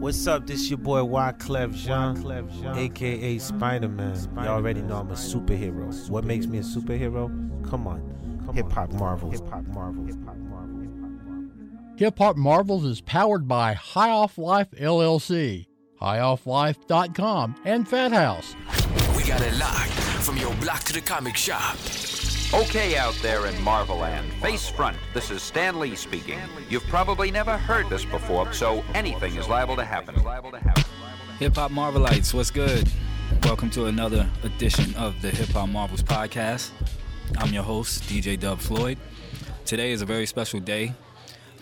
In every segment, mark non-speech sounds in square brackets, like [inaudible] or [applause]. What's up? This your boy Y Clef Jean, aka Spider Man. You already know I'm a superhero. What makes me a superhero? Come on, hip hop marvels. Hip hop marvels. Hip hop marvels. Hip Hop Marvels is powered by High Off Life LLC, highofflife.com, and Fat House. We got it locked from your block to the comic shop. Okay, out there in Marveland, face front, this is Stan Lee speaking. You've probably never heard this before, so anything is liable to happen. Hip Hop Marvelites, what's good? Welcome to another edition of the Hip Hop Marvels podcast. I'm your host, DJ Dub Floyd. Today is a very special day.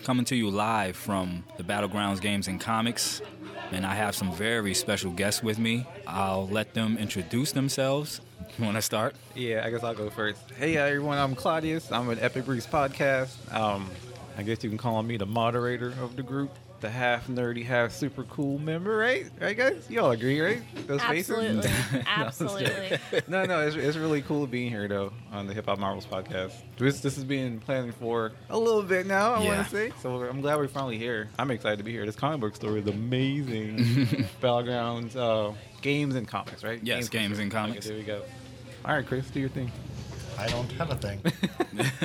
Coming to you live from the Battlegrounds Games and Comics, and I have some very special guests with me. I'll let them introduce themselves. You want to start? Yeah, I guess I'll go first. Hey uh, everyone, I'm Claudius. I'm an Epic Breeze podcast. Um, I guess you can call me the moderator of the group, the half nerdy, half super cool member, right? Right, guys? You all agree, right? Those Absolutely. [laughs] [laughs] Absolutely. faces. [laughs] No, no, it's, it's really cool being here though on the Hip Hop Marvels podcast. This this has been planning for a little bit now. I Yeah. want to say so. I'm glad we're finally here. I'm excited to be here. This comic book store is [laughs] amazing. Battlegrounds, uh, games and comics, right? Yes, games and Okay, comics. there we go. All right, Chris, do your thing. I don't have a [laughs] thing.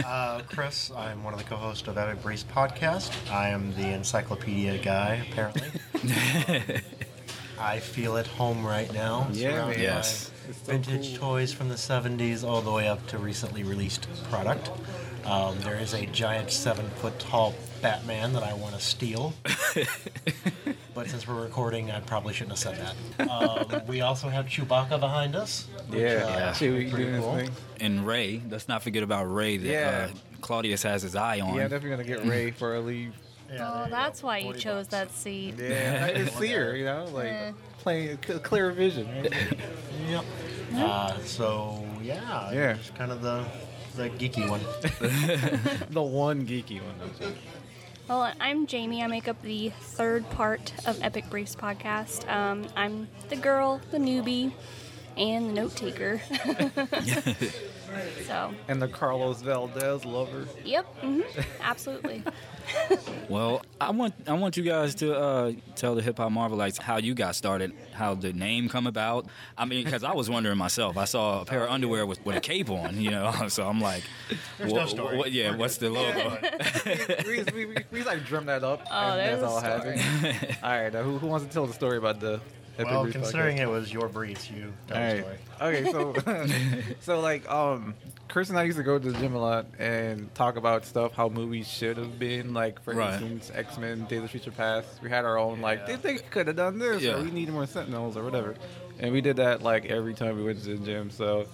uh, Chris, I'm one of the co-hosts of Epic Breeze podcast. I am the encyclopedia guy, [laughs] apparently. I feel at home right now. Yeah, surrounded man. by Yes. vintage toys from the 70s all the way up to recently released product. Um, there is a giant seven-foot tall Batman that I want to [laughs] steal. but since we're recording, I probably shouldn't have said that. Um, we also have Chewbacca behind us. which, Yeah, uh, yeah. see what you pretty doing cool. this thing. And Ray, let's not forget about Ray that Yeah. uh, Claudius has his eye on. Yeah, I'm definitely gonna get Ray for a leave. Yeah, there Oh, you go. that's why you 40 chose bucks. that seat. [laughs] Yeah, I just see her, you know, like Eh. playing c- clear vision. Right? Yep. Uh, so yeah, Yeah. just kind of the the geeky [laughs] one. [laughs] the one geeky one. though. Well, I'm Jamie. I make up the third part of Epic Briefs podcast. Um, I'm the girl, the newbie, and the note taker. [laughs] so, And the Carlos Valdez [laughs] lover. yep, hmm absolutely. Well, I want I want you guys to uh, tell the hip hop Marvelites how you got started, how the name come about. I mean, because I was wondering myself. I saw a pair of underwear with, with a cape on, you know. [laughs] So I'm like, There's no wha- story. what- yeah, We're what's the good. logo? we, we, we, we like drummed that up. Oh, and there's that's a all story. happened. all right, now who, who wants to tell the story about the? Epic well, Breeze podcast? considering it was your breeds, you tell All the right. story. Okay, so [laughs] so like um Chris and I used to go to the gym a lot and talk about stuff how movies should have been like for Right. instance X Men Days of Future Past we had our own like they, they could have done this Yeah. or we need more Sentinels or whatever and we did that like every time we went to the gym so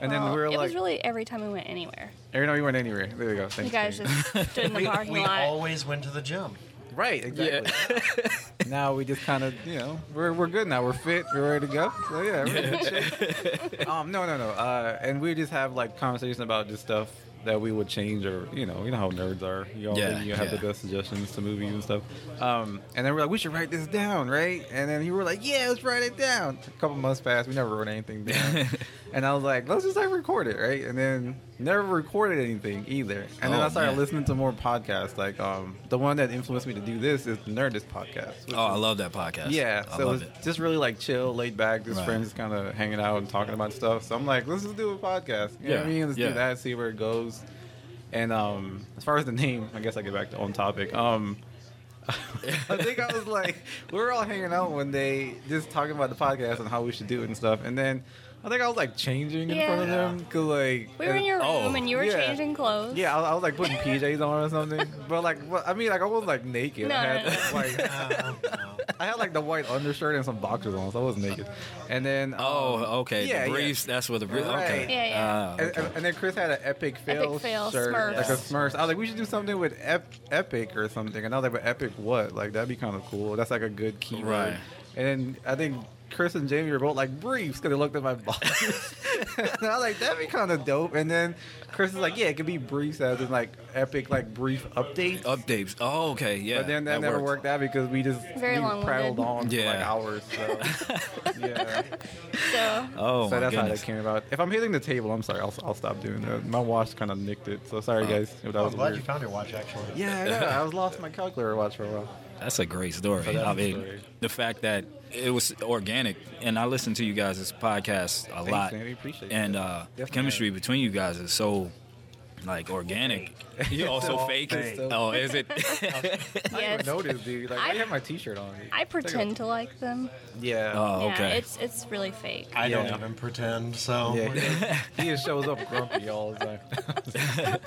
and then Well, we were it like was really every time we went anywhere. every time we went anywhere there you go thanks You guys Jamie. just stood [laughs] in the parking We lot. always went to the gym. right exactly [laughs] now we just kind of you know we're, we're good now we're fit we're ready to go so yeah we're in good shape. um no no no uh and we just have like conversation about just stuff that we would change or you know you know how nerds are you all Yeah, you have yeah. the best suggestions to movies and stuff um and then we're like we should write this down right and then you were like yeah let's write it down a couple months passed we never wrote [laughs] anything down and i was like let's just like record it right and then never recorded anything either and then Oh, i started man. listening to more podcasts like um the one that influenced me to do this is the nerdist podcast which [laughs] Oh, I is- love that podcast. yeah, I so love it's it. just really like chill, laid back, just Right. friends kind of hanging out and talking about stuff. So I'm like, let's just do a podcast. You know what Yeah, I mean? Let's yeah. do that, see where it goes. And um, as far as the name, I guess I get back to on topic. Um, [laughs] I think I was like, we were all hanging out one day, just talking about the podcast and how we should do it and stuff. And then I think I was like changing in front of Yeah. them because like we were in and- your Oh, room and you were yeah. changing clothes. yeah, I was, I was like [laughs] putting PJs on or something, but like, well, I mean, like I was like naked. No, I no, had [laughs] like Uh, no. I had like the white undershirt and some boxers on, so I was naked. And then um, Oh, okay. yeah, the yeah. briefs. That's where the briefs. Okay. Right. Yeah, yeah. Ah, And, and- and then Chris had an epic fail, Epic fail, shirt, Smurfs. like a Smurfs. I was like, we should do something with ep- epic or something. And I was like, but epic what? Like that'd be kind of cool. That's like a good keyword. Right. And then I think Chris and Jamie were both like briefs because they looked at my boxers. [laughs] and I was like, that'd be kind of dope. And then Chris is like, yeah, it could be briefs as in like epic, like brief updates. updates. Oh, okay. Yeah. But then that, never worked out because we just Very we long-winded. prattled on for like Yeah. hours. So. [laughs] yeah. So, Oh, so my that's goodness. how that came about. If I'm hitting the table, I'm sorry. I'll, I'll stop doing that. My watch kind of nicked it. So sorry, guys. That I'm was glad weird. you found your watch actually. yeah, I know. I was lost my calculator watch for a while. That's a great story. I mean, the fact that it was organic, and I listen to you guys' podcast a lot, man. We appreciate and uh, the Definitely. chemistry between you guys is so like organic. You also fake? fake. Oh, is [laughs] it? Yes. Notice, Oh, dude. Like, I, I- have my T-shirt on. dude. I pretend to like them. Yeah. [laughs] Oh, Yeah, okay. it's it's really fake. I Yeah. don't even pretend, so [laughs] yeah. he just shows up grumpy all the time.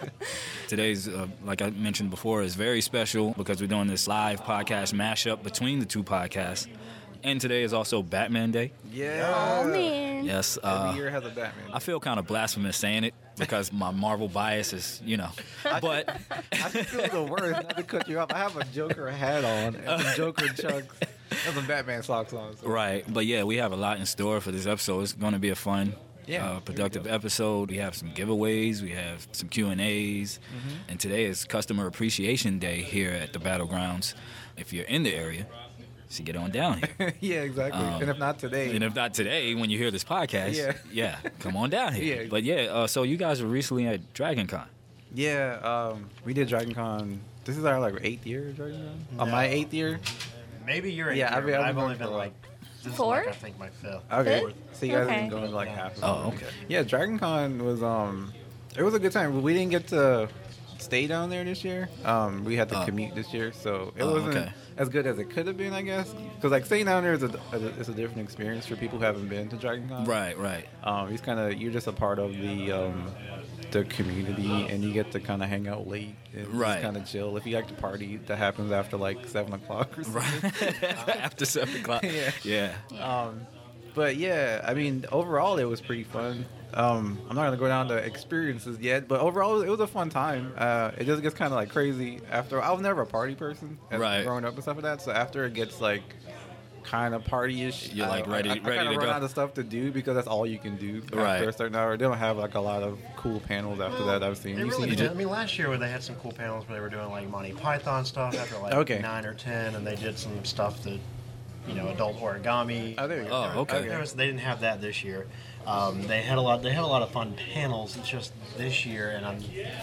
Today's, uh, like I mentioned before, is very special because we're doing this live podcast mashup between the two podcasts. And today is also Batman Day. [laughs] Yeah. Oh man. Yes. Every Uh, year has a Batman. I feel kind of blasphemous saying it because my Marvel bias is, you know. [laughs] But [laughs] I feel the worst not to cut you off. I have a Joker hat on and some [laughs] Joker chucks and some Batman socks on. So. right, but yeah, we have a lot in store for this episode. It's going to be a fun, Yeah. uh, productive episode. We have some giveaways, we have some Q and A's, Mm-hmm. and today is Customer Appreciation Day here at the Battlegrounds. If you're in the area, so get on [laughs] down here. yeah, exactly. and if not today, and if not today, when you hear this podcast, [laughs] Yeah. come on down here. Yeah. Uh-huh. But yeah, uh, so you guys were recently at Dragon Con. yeah, um, we did Dragon Con. This is our like eighth year of Dragon Con. Uh, my eighth year. maybe you're. Yeah, Yeah, I've I've, been- I've I've been only for a been while. like this is, Four? like, I think my fifth. Okay. Good. So you guys Okay. have been going to like half. of Oh, it. okay. Yeah, Dragon Con was um, it was a good time. We didn't get to stay down there this year. Um, we had to Oh. commute this year, so it Oh, wasn't okay. as good as it could have been, I guess. Because like staying down there is a, is a is a different experience for people who haven't been to Dragon Con. Right, right. [laughs] Um, he's kind of you're just a part of the um, the community, and you get to kind of hang out late, and Right. Kind of chill. If you like to party, that happens after like seven o'clock or something. [laughs] After seven o'clock. Yeah. yeah. But yeah, I mean, overall it was pretty fun. Um, I'm not gonna go down to experiences yet, but overall it was a fun time. Uh, it just gets kind of like crazy after. I was never a party person, as Right. Growing up and stuff like that. So after it gets like kind of partyish, You're, I- like, ready- I, I ready kinda to run go. out of stuff to do because that's all you can do Right. after a certain hour. They don't have like a lot of cool panels after that. I've seen. It You've really seen- did. I mean, last year where they had some cool panels where they were doing like Monty Python stuff after like Okay. nine or ten, and they did some stuff that, you know, adult origami. Oh, there you go. Oh, okay. There was, they didn't have that this year. Um, they had a lot. They had a lot of fun panels just this year, and I'm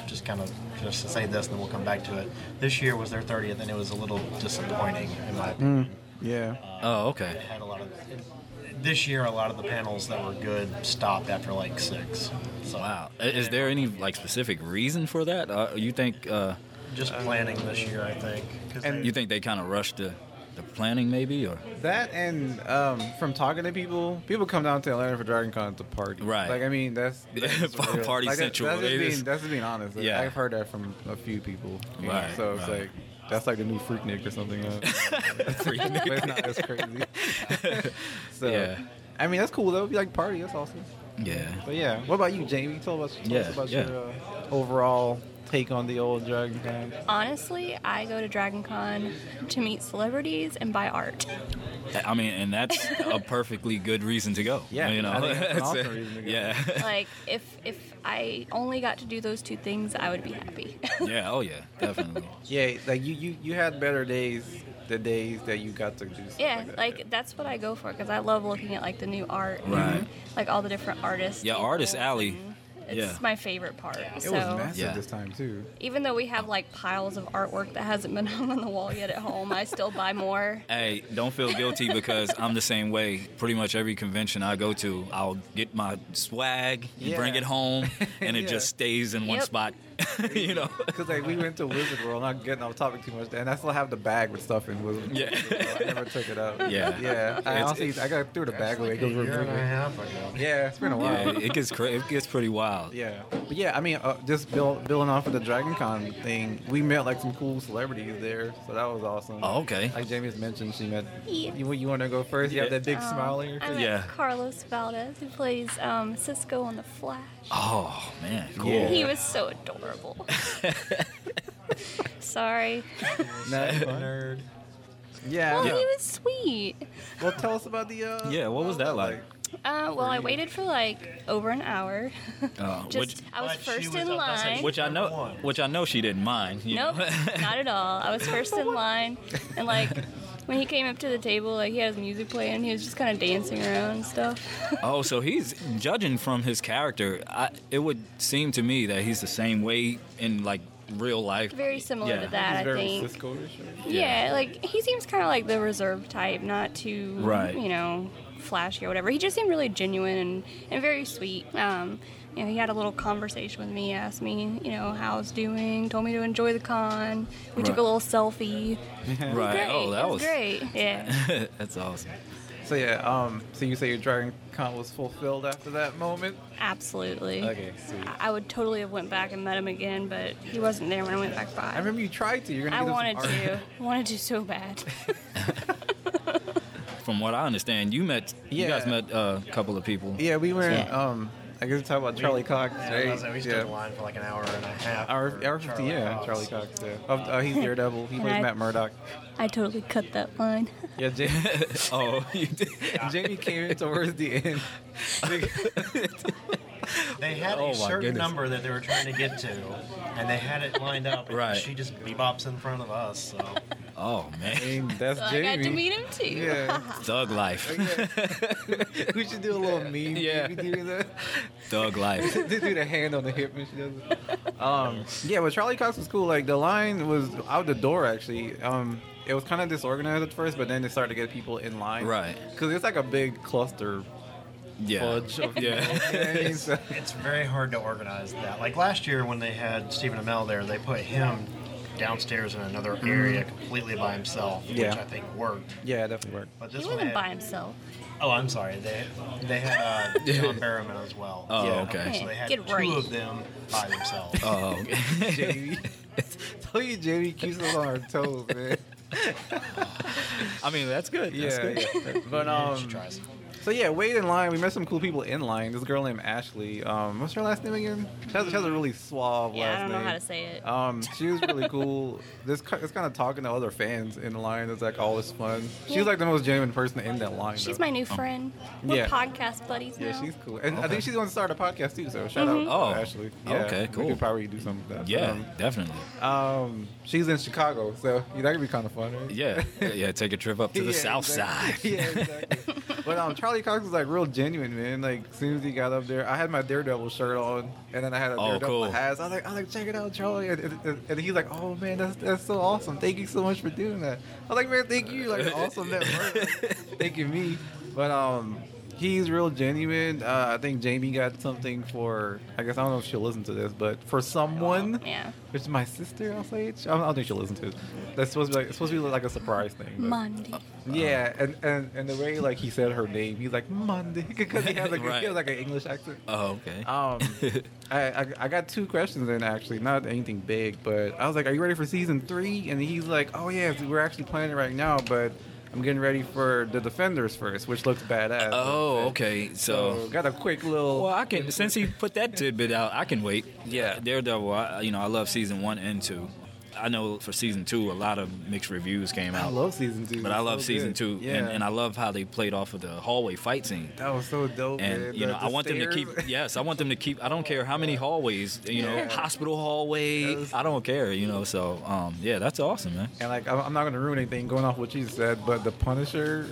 just kind of just to say this, and then we'll come back to it. This year was their 30th, and it was a little disappointing in my Mm. opinion. Yeah. Oh, okay. It had a lot of. it- this year, a lot of the panels that were good stopped after like six. So Wow. I- Is there any like specific reason for that? Uh, you think uh, Just planning this year, I think. 'cause they- you think they kind of rushed the, the planning maybe [laughs] or That and um, from talking to people, people come down to Atlanta for Dragon Con to party. Right. Like I mean, that's, [laughs] that's Party real. Like, that- central, That's just, it being, is. that's just being honest. Like, Yeah. I've heard that from a few people. you know, Right, So it's right. like that's like the new Freaknik or something. [laughs] uh, but it's not as crazy. [laughs] so Yeah. I mean, that's cool though. If you like party, that's awesome. yeah. But yeah, what about you, Jamie? Tell us, tell Yeah, us about yeah. your uh, overall take on the old Dragon Con. Honestly, I go to Dragon Con to meet celebrities and buy art. I mean, and that's a perfectly good reason to go. [laughs] Yeah, You know. I think that's [laughs] an It's awesome a- reason to go. Yeah. [laughs] like if if I only got to do those two things, I would be happy. [laughs] yeah. Oh yeah. Definitely. Yeah, like you, you, you had better days the days that you got to do. Stuff yeah, like, that. like that's what I go for because I love looking at like the new art, and, Right. Like all the different artists. Yeah, people, artist alley. and It's Yeah. my favorite part. It So was massive Yeah. this time too. even though we have like piles of artwork that hasn't been [laughs] hung on the wall yet at home, I still [laughs] buy more. Hey, don't feel guilty because I'm the same way. Pretty much every convention I go to, I'll get my swag, Yeah. bring it [laughs] home, and it Yeah. just stays in one Yep. spot. [laughs] you know. Because like we went to Wizard World, not getting off topic too much, and I still have the bag with stuff in Wizard World. Yeah. I never took it out. Yeah. yeah. I It's- honestly, I got threw the bag away because a we're year and a moving. half ago. Yeah, it's been a Yeah, while. it gets cra- it gets pretty wild. Yeah, but yeah, I mean, uh, just build, building off of the Dragon Con thing, we met like some cool celebrities there, so that was awesome. Oh, okay. Like Jamie's mentioned, she met. Yeah. You, you want to go first? You have Yeah. that big Um, smile [laughs] on your I face. met Yeah. Carlos Valdez, who plays um, Cisco on The Flash. Oh man, cool. Yeah. He was [laughs] so adorable. Sorry. Nerd. Yeah. Well, yeah. he was sweet. Well, tell us about the. Uh, Yeah, what was that like? Uh, well, I waited for like over an hour. Uh, Just which, I was But she first was up- in I was like, line. what- which I know, Number one. which I know she didn't mind. You Nope, know? [laughs] not at [laughs] all. I was first in line, and like when he came up to the table, like he had his music playing, and he was just kind of dancing around and stuff. oh, so he's judging from his character. I, it would seem to me that he's the same way in like real [laughs] life. Very similar Yeah. to that, I very think. Cisco-ish. Yeah, like he seems kind of like the reserved type, not too, Right. you know, flashy or whatever. He just seemed really genuine and, and very sweet. Um, you know, he had a little conversation with me, asked me, you know, how I was doing, told me to enjoy the con. We took Right. a little selfie. It was Right. great. Oh, that It was, was [laughs] great. Yeah. That's awesome. So yeah, um, so you say your Dragon Con was fulfilled after that moment? Absolutely. Okay, sweet. I- I would totally have went back and met him again, but he wasn't there when I went back by. I remember you tried to. You're gonna. I get wanted [laughs] to, wanted to so bad. From what I understand, you met you Yeah. guys met uh, a couple of people. Yeah, we were. in, Yeah. Um, I guess we talk about Charlie Cox. Yeah, right? I was- we stood Yeah. in line for like an hour and a half. Hour, for hour 50, yeah, Charlie Cox. Yeah. Oh, oh, he's Daredevil. He And plays I- Matt Murdock. I totally cut that line. Yeah, Jamie, [laughs] oh, you did. [laughs] Jamie came in towards the end. They had Oh, my a certain goodness. number that they were trying to get to, and they had it lined up. and Right. She just bebops in front of us. So Oh man, That's So I Jamie. got to meet him Oh, too. [laughs] yeah, thug life, [laughs] we should do a little meme. Yeah. We do that. thug life. They do the hand on the hip and she does it. Um, yeah, but Charlie Cox was cool. Like the line was out the door actually. Um, it was kind of disorganized at first, but then they started to get people in line. Right. Because it's like a big cluster. Yeah, Fudge of- yeah. [laughs] You know what I mean? So- [laughs] it's very hard to organize that. Like last year when they had Stephen Amell there, they put him downstairs in another area completely by himself, Mm-hmm. Yeah. which I think worked. yeah, it definitely worked. But this He one wasn't had- by himself. Oh, I'm sorry. They they had [laughs] uh, John Barrowman as well. Oh, okay. So they had Get two right. of them [laughs] by themselves. Oh, okay. [laughs] [laughs] Jamie. [laughs] Tell you, Jamie keeps us on our toes, man. I mean that's good. That's [laughs] Yeah, good. yeah. But she um, tries. so yeah, wait in line. We met some cool people in line. This girl named Ashley. Um, what's her last name again? She has, she has a really suave Yeah, last I don't know name. how to say it. Um, she was really cool. This ki- it's kind of talking to other fans in line is like always fun. She Yeah. was like the most genuine person in that line. She's though. my new friend. We're Yeah. podcast buddies now. Yeah, she's cool, and I think she's going to start a podcast too. So shout Oh. out Mm-hmm. to Ashley. Yeah, Okay, We cool. could probably do something with that. Yeah, definitely. Um, um, she's in Chicago, so yeah, that could be kind of fun, right? [laughs] Yeah, yeah. Take a trip up to the Yeah, south exactly. [laughs] side. Yeah, exactly. but um, Charlie Cox was like real genuine, man. Like as soon as he got up there, I had my Daredevil shirt on, and then I had a Oh, Daredevil cool. hat. So I was like, I was like, check it out, Charlie. And, and, and- and he's like, Oh man, that's that's so awesome. Thank you so much for doing that. I was like, man, thank you. [laughs] Like awesome network. Like, thanking me. But um. He's real genuine. Uh, I think Jamie got something for. I guess I don't know if she'll listen to this, but for someone, Yeah. which is my sister. I'll say it. I don't I don't think she'll listen to it. That's supposed to be like, it's supposed to be like a surprise thing. but- uh, Monday. yeah, and, and, and the way like he said her name, he's like Monday [laughs] because he has like Right. he has like an English accent. Oh, okay. Um, [laughs] I, I I got two questions in actually, not anything big, but I was like, "Are you ready for season three? And he's like, "Oh yeah, we're actually planning it right now, but I'm getting ready for the Defenders first, which looks badass." Oh, okay. So. So got a quick little. Well, I can since he put that tidbit out, I can wait. Yeah, Daredevil. I, you know, I love season one and two. I know for season two, a lot of mixed reviews came I out, love season two, but I It's love so season good. two, Yeah, and, and I love how they played off of the hallway fight scene. that was so dope. man. And you The- know, the I want them to stairs. [laughs] keep. Yes, I want them to keep. I don't care how many hallways. You know, Yeah. hospital hallway. That was- I don't care. You know, so um, yeah, that's awesome, man. And like, I'm I'm not gonna ruin anything going off what you said, but the Punisher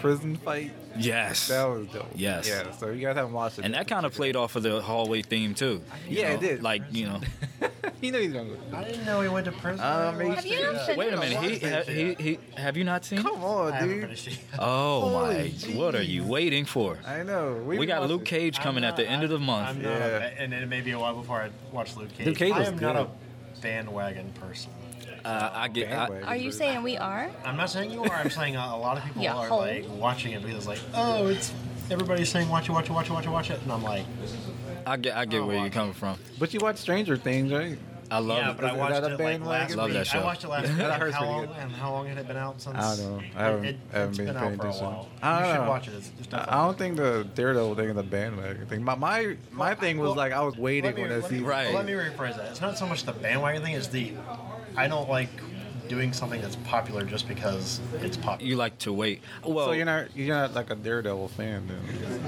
prison fight Yes, that was dope. Yes. Yeah. So you guys haven't watched it, and that kind of played off of the hallway theme too. you Yeah, it know, did. Like you know, He knew he's gonna. Go. Um, I didn't know he went to prison. Uh, maybe Have you not wait a finished- minute. He, ha- he, he, have you not seen? it? Come on, I haven't dude. finished it. [laughs] Oh my! Holy What are you waiting for? I know. We didn't got watch Luke it. Cage coming I'm at the not- end of the month. I'm not a- Yeah. and it may be a while before I watch Luke Cage. Luke Cage I was am not a good. bandwagon person. Uh, I get. I, Bandwagon. Are you saying we are? I'm not saying you are. I'm saying uh, a a lot of people Yeah, are whole. like watching it because like, oh, it's everybody's saying watch it, watch it, watch it, watch it, watch it, and I'm like, I get. I get where you're coming from. But you watch Stranger Things, right? I love yeah, it. but I Is watched that a it like last bandwagon? Love week. that show. I watched it last [laughs] week. That and hurts how pretty long? good. And how long had it been out since? I don't know. I haven't- it, I haven't has been been out paying for a attention. while. I You don't should know. watch it. It's, it's not I don't think the Daredevil thing is a bandwagon thing. My my, my thing was well, like I was waiting Let me- on that let me- season. Right. Let me rephrase that. It's not so much the bandwagon thing; it's the I don't like doing something that's popular just because it's popular. You like to wait. Well, so you're not you're not like a Daredevil fan then.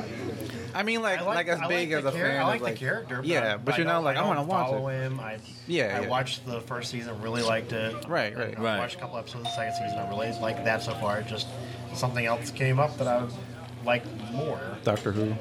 I mean, like I like, as I big the as a char- fan. I of, like, the character. But Yeah, but I you're not don't- like I I'm gonna don't watch follow it. him. I, Yeah, I yeah. watched the first season, really liked it. Right, right. I Right. watched a couple episodes of the second season. I really liked that so far. [laughs] It Just something else came up that I would like more. Doctor Who.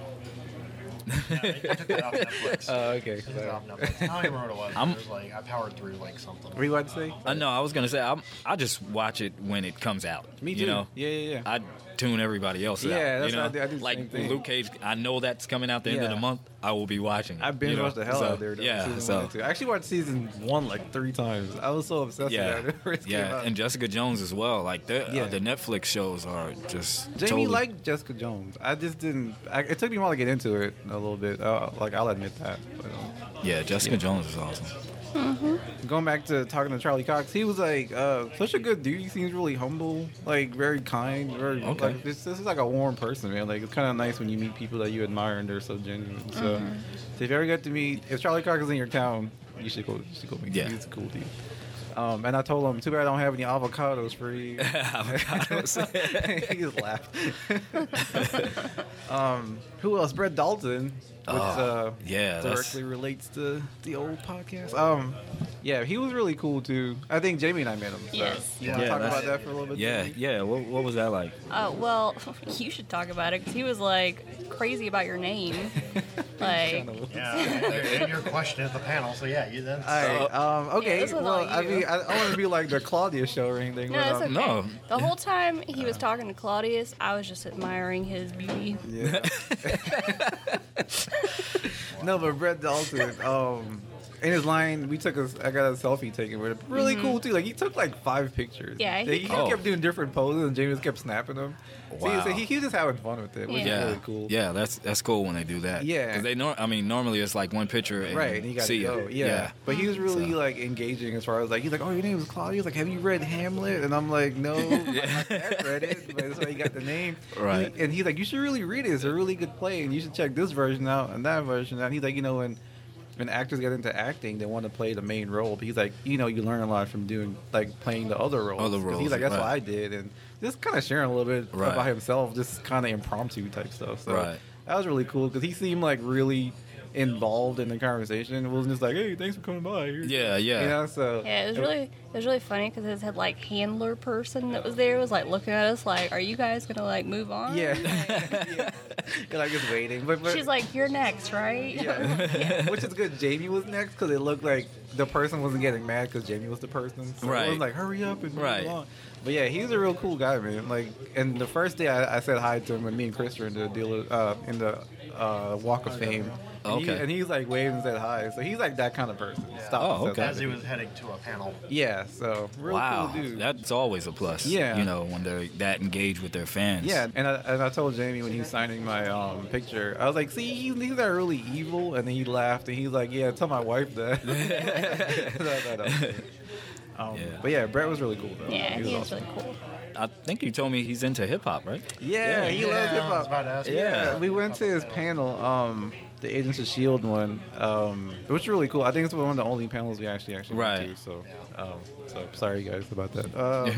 I took that off Netflix. Oh, okay. I took that off Netflix. I don't even remember what it was. I'm- It was like I powered through like something. What do you want to say? I know. uh, I was gonna say I'm, I just watch it when it comes out. Me you too. know? Yeah, yeah, yeah. I tune everybody else out. Yeah, that's you what know? I do- I do the like same thing. Luke Cage. I know that's coming out the end of Yeah. the month. I will be watching. it, I've been you know? watched the hell so, out of there. Though, Yeah. season So one and two. I actually watched season one like three times. I was so obsessed yeah, with that. [laughs] when it first came yeah, out. and Jessica Jones as well. Like the Yeah. uh, the Netflix shows are just Jamie totally, liked Jessica Jones. I just didn't. I, it took me a while to get into it a little bit. Uh, like I'll admit that. But, um, Yeah, Jessica Jones is awesome. [laughs] going back to talking to Charlie Cox, he was like uh, such a good dude. He seems really humble, like very kind, very Okay. like this, this is like a warm person, man. Like it's kind of nice when you meet people that you admire and they're so genuine. So if you ever get to meet, if Charlie Cox is in your town, you should go. You should go meet. Yeah. him. he's a cool dude. Um, and I told him, too bad I don't have any avocados [laughs] for you. [laughs] he just laughed. [laughs] um, who else? Brett Dalton, which Oh, uh, yeah, that's- directly relates to the old podcast. Um, yeah, he was really cool too. I think Jamie and I met him. So. Yes. You want to Yeah, talk that's- about that for a little bit? Yeah, Jamie? yeah. What, what was that like? Uh, well, [laughs] you should talk about it because he was like crazy about [laughs] your name. like, Yeah, and your question is the panel, so yeah, you then. All right. Um, okay. this was well, all I you. mean, I, I want to be like the Claudia show or anything. no, but, it's okay. um, No. The whole time he Uh. was talking to Claudius, I was just admiring his beauty. No, but Brett Dalton, um, in his line, we took a, I got a selfie taken with him. Really cool too. Like he took like five pictures. Yeah, he, he- he Oh. kept doing different poses, and James kept snapping them. Wow. So he, so he, he was just having fun with it, which Yeah. is Yeah, really cool. yeah. That's that's cool when they do that. Yeah. because they nor- I mean, normally it's like one picture. And Right, and he got see to ya. go. Yeah. but he was really like engaging as far as like he's like, oh, your name is Claudia. He's like, have you read Hamlet? And I'm [laughs] like, no, my dad read it, but that's why he got the name. Right. He- and he's like, you should really read it. It's a really good play, and you should check this version out and that version out. And he's like, you know, when when actors get into acting, they want to play the main role. But he's like, you know, you learn a lot from doing like playing the other roles. Other 'Cause roles, He's like, that's what right. I did, and just kind of sharing a little bit Right. about himself, just kind of impromptu type stuff. So Right. that was really cool because he seemed like really involved in the conversation. It wasn't just like, "Hey, thanks for coming by." yeah, yeah. You know, so Yeah, it was really it was really funny because his head like handler person that was there was like looking at us like, "Are you guys gonna like move [laughs] on?" yeah. yeah. [laughs] And I'm just waiting, but, but She's like, "Oh, "You're next, right?" yeah. [laughs] which is good. Jamie was next because it looked like the person wasn't getting mad because Jamie was the person. So It Right. was like, hurry up and move Right. along. But yeah, he's a real cool guy, man. Like, and the first day I, I said hi to him, and me and Chris were in the dealer uh, in the uh, Walk of Fame. And he- Okay. and he's like waved and said hi. So he's like that kind of person. Stop. Oh, and says okay. hi As to he people. was heading to a panel. Yeah, so real wow, cool dude. that's always a plus. Yeah. you know when they're that engaged with their fans. yeah, and I, and I told Jamie when he was signing my um, picture, I was like, "See, he- he's not really evil," and then he laughed and he's like, "Yeah, tell my [laughs] wife that." [laughs] No, no, no. Um, Yeah. But yeah, Brett was really cool though. [laughs] Yeah, he was awesome. really cool. I think you told me he's into hip hop, right? Yeah, he loves hip I was hop. about to ask you. Yeah, we went to his panel, um, the Agents of Shield one, um, which was really cool. I think it's one of the only panels we actually actually Right. went to. So, um, so sorry guys about [laughs] that. Uh,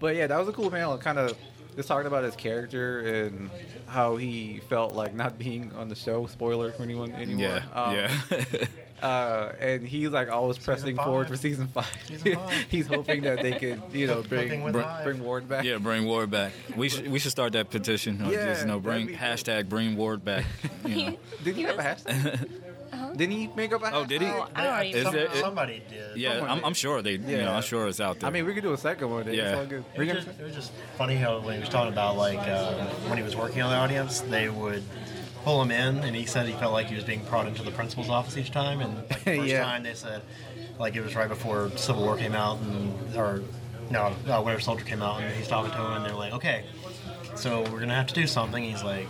but yeah, that was a cool panel. Kind of just talking about his character and how he felt like not being on the show. Spoiler for anyone anymore. Yeah, Um, yeah. [laughs] Uh, and he's like always pressing five. forward for season five. Season five. [laughs] he's hoping that they could, you know, Cooking bring with br- knives. bring Ward back. Yeah, bring Ward back. We should we should start that petition. Or Yeah, just, you know, that'd bring be cool. hashtag bring Ward back. [laughs] You know. [laughs] Did he have a hashtag? Didn't he make up a hashtag? Oh, did he? Oh, I don't even Is Some, there- it- somebody did. yeah, I'm, I'm sure they. You know, Yeah. I'm sure it's out there. I mean, we could do a second one. Then. Yeah. It's all good. It was, just, it was just funny how when he was talking about like uh, when he was working on the audience, they would pull him in, and he said he felt like he was being brought into the principal's office each time. And [laughs] like, the first Yeah. time they said, like it was right before Civil War came out, and or no, uh, Winter Soldier came out, and he's talking to him, and they're like, okay, so we're gonna have to do something. He's like.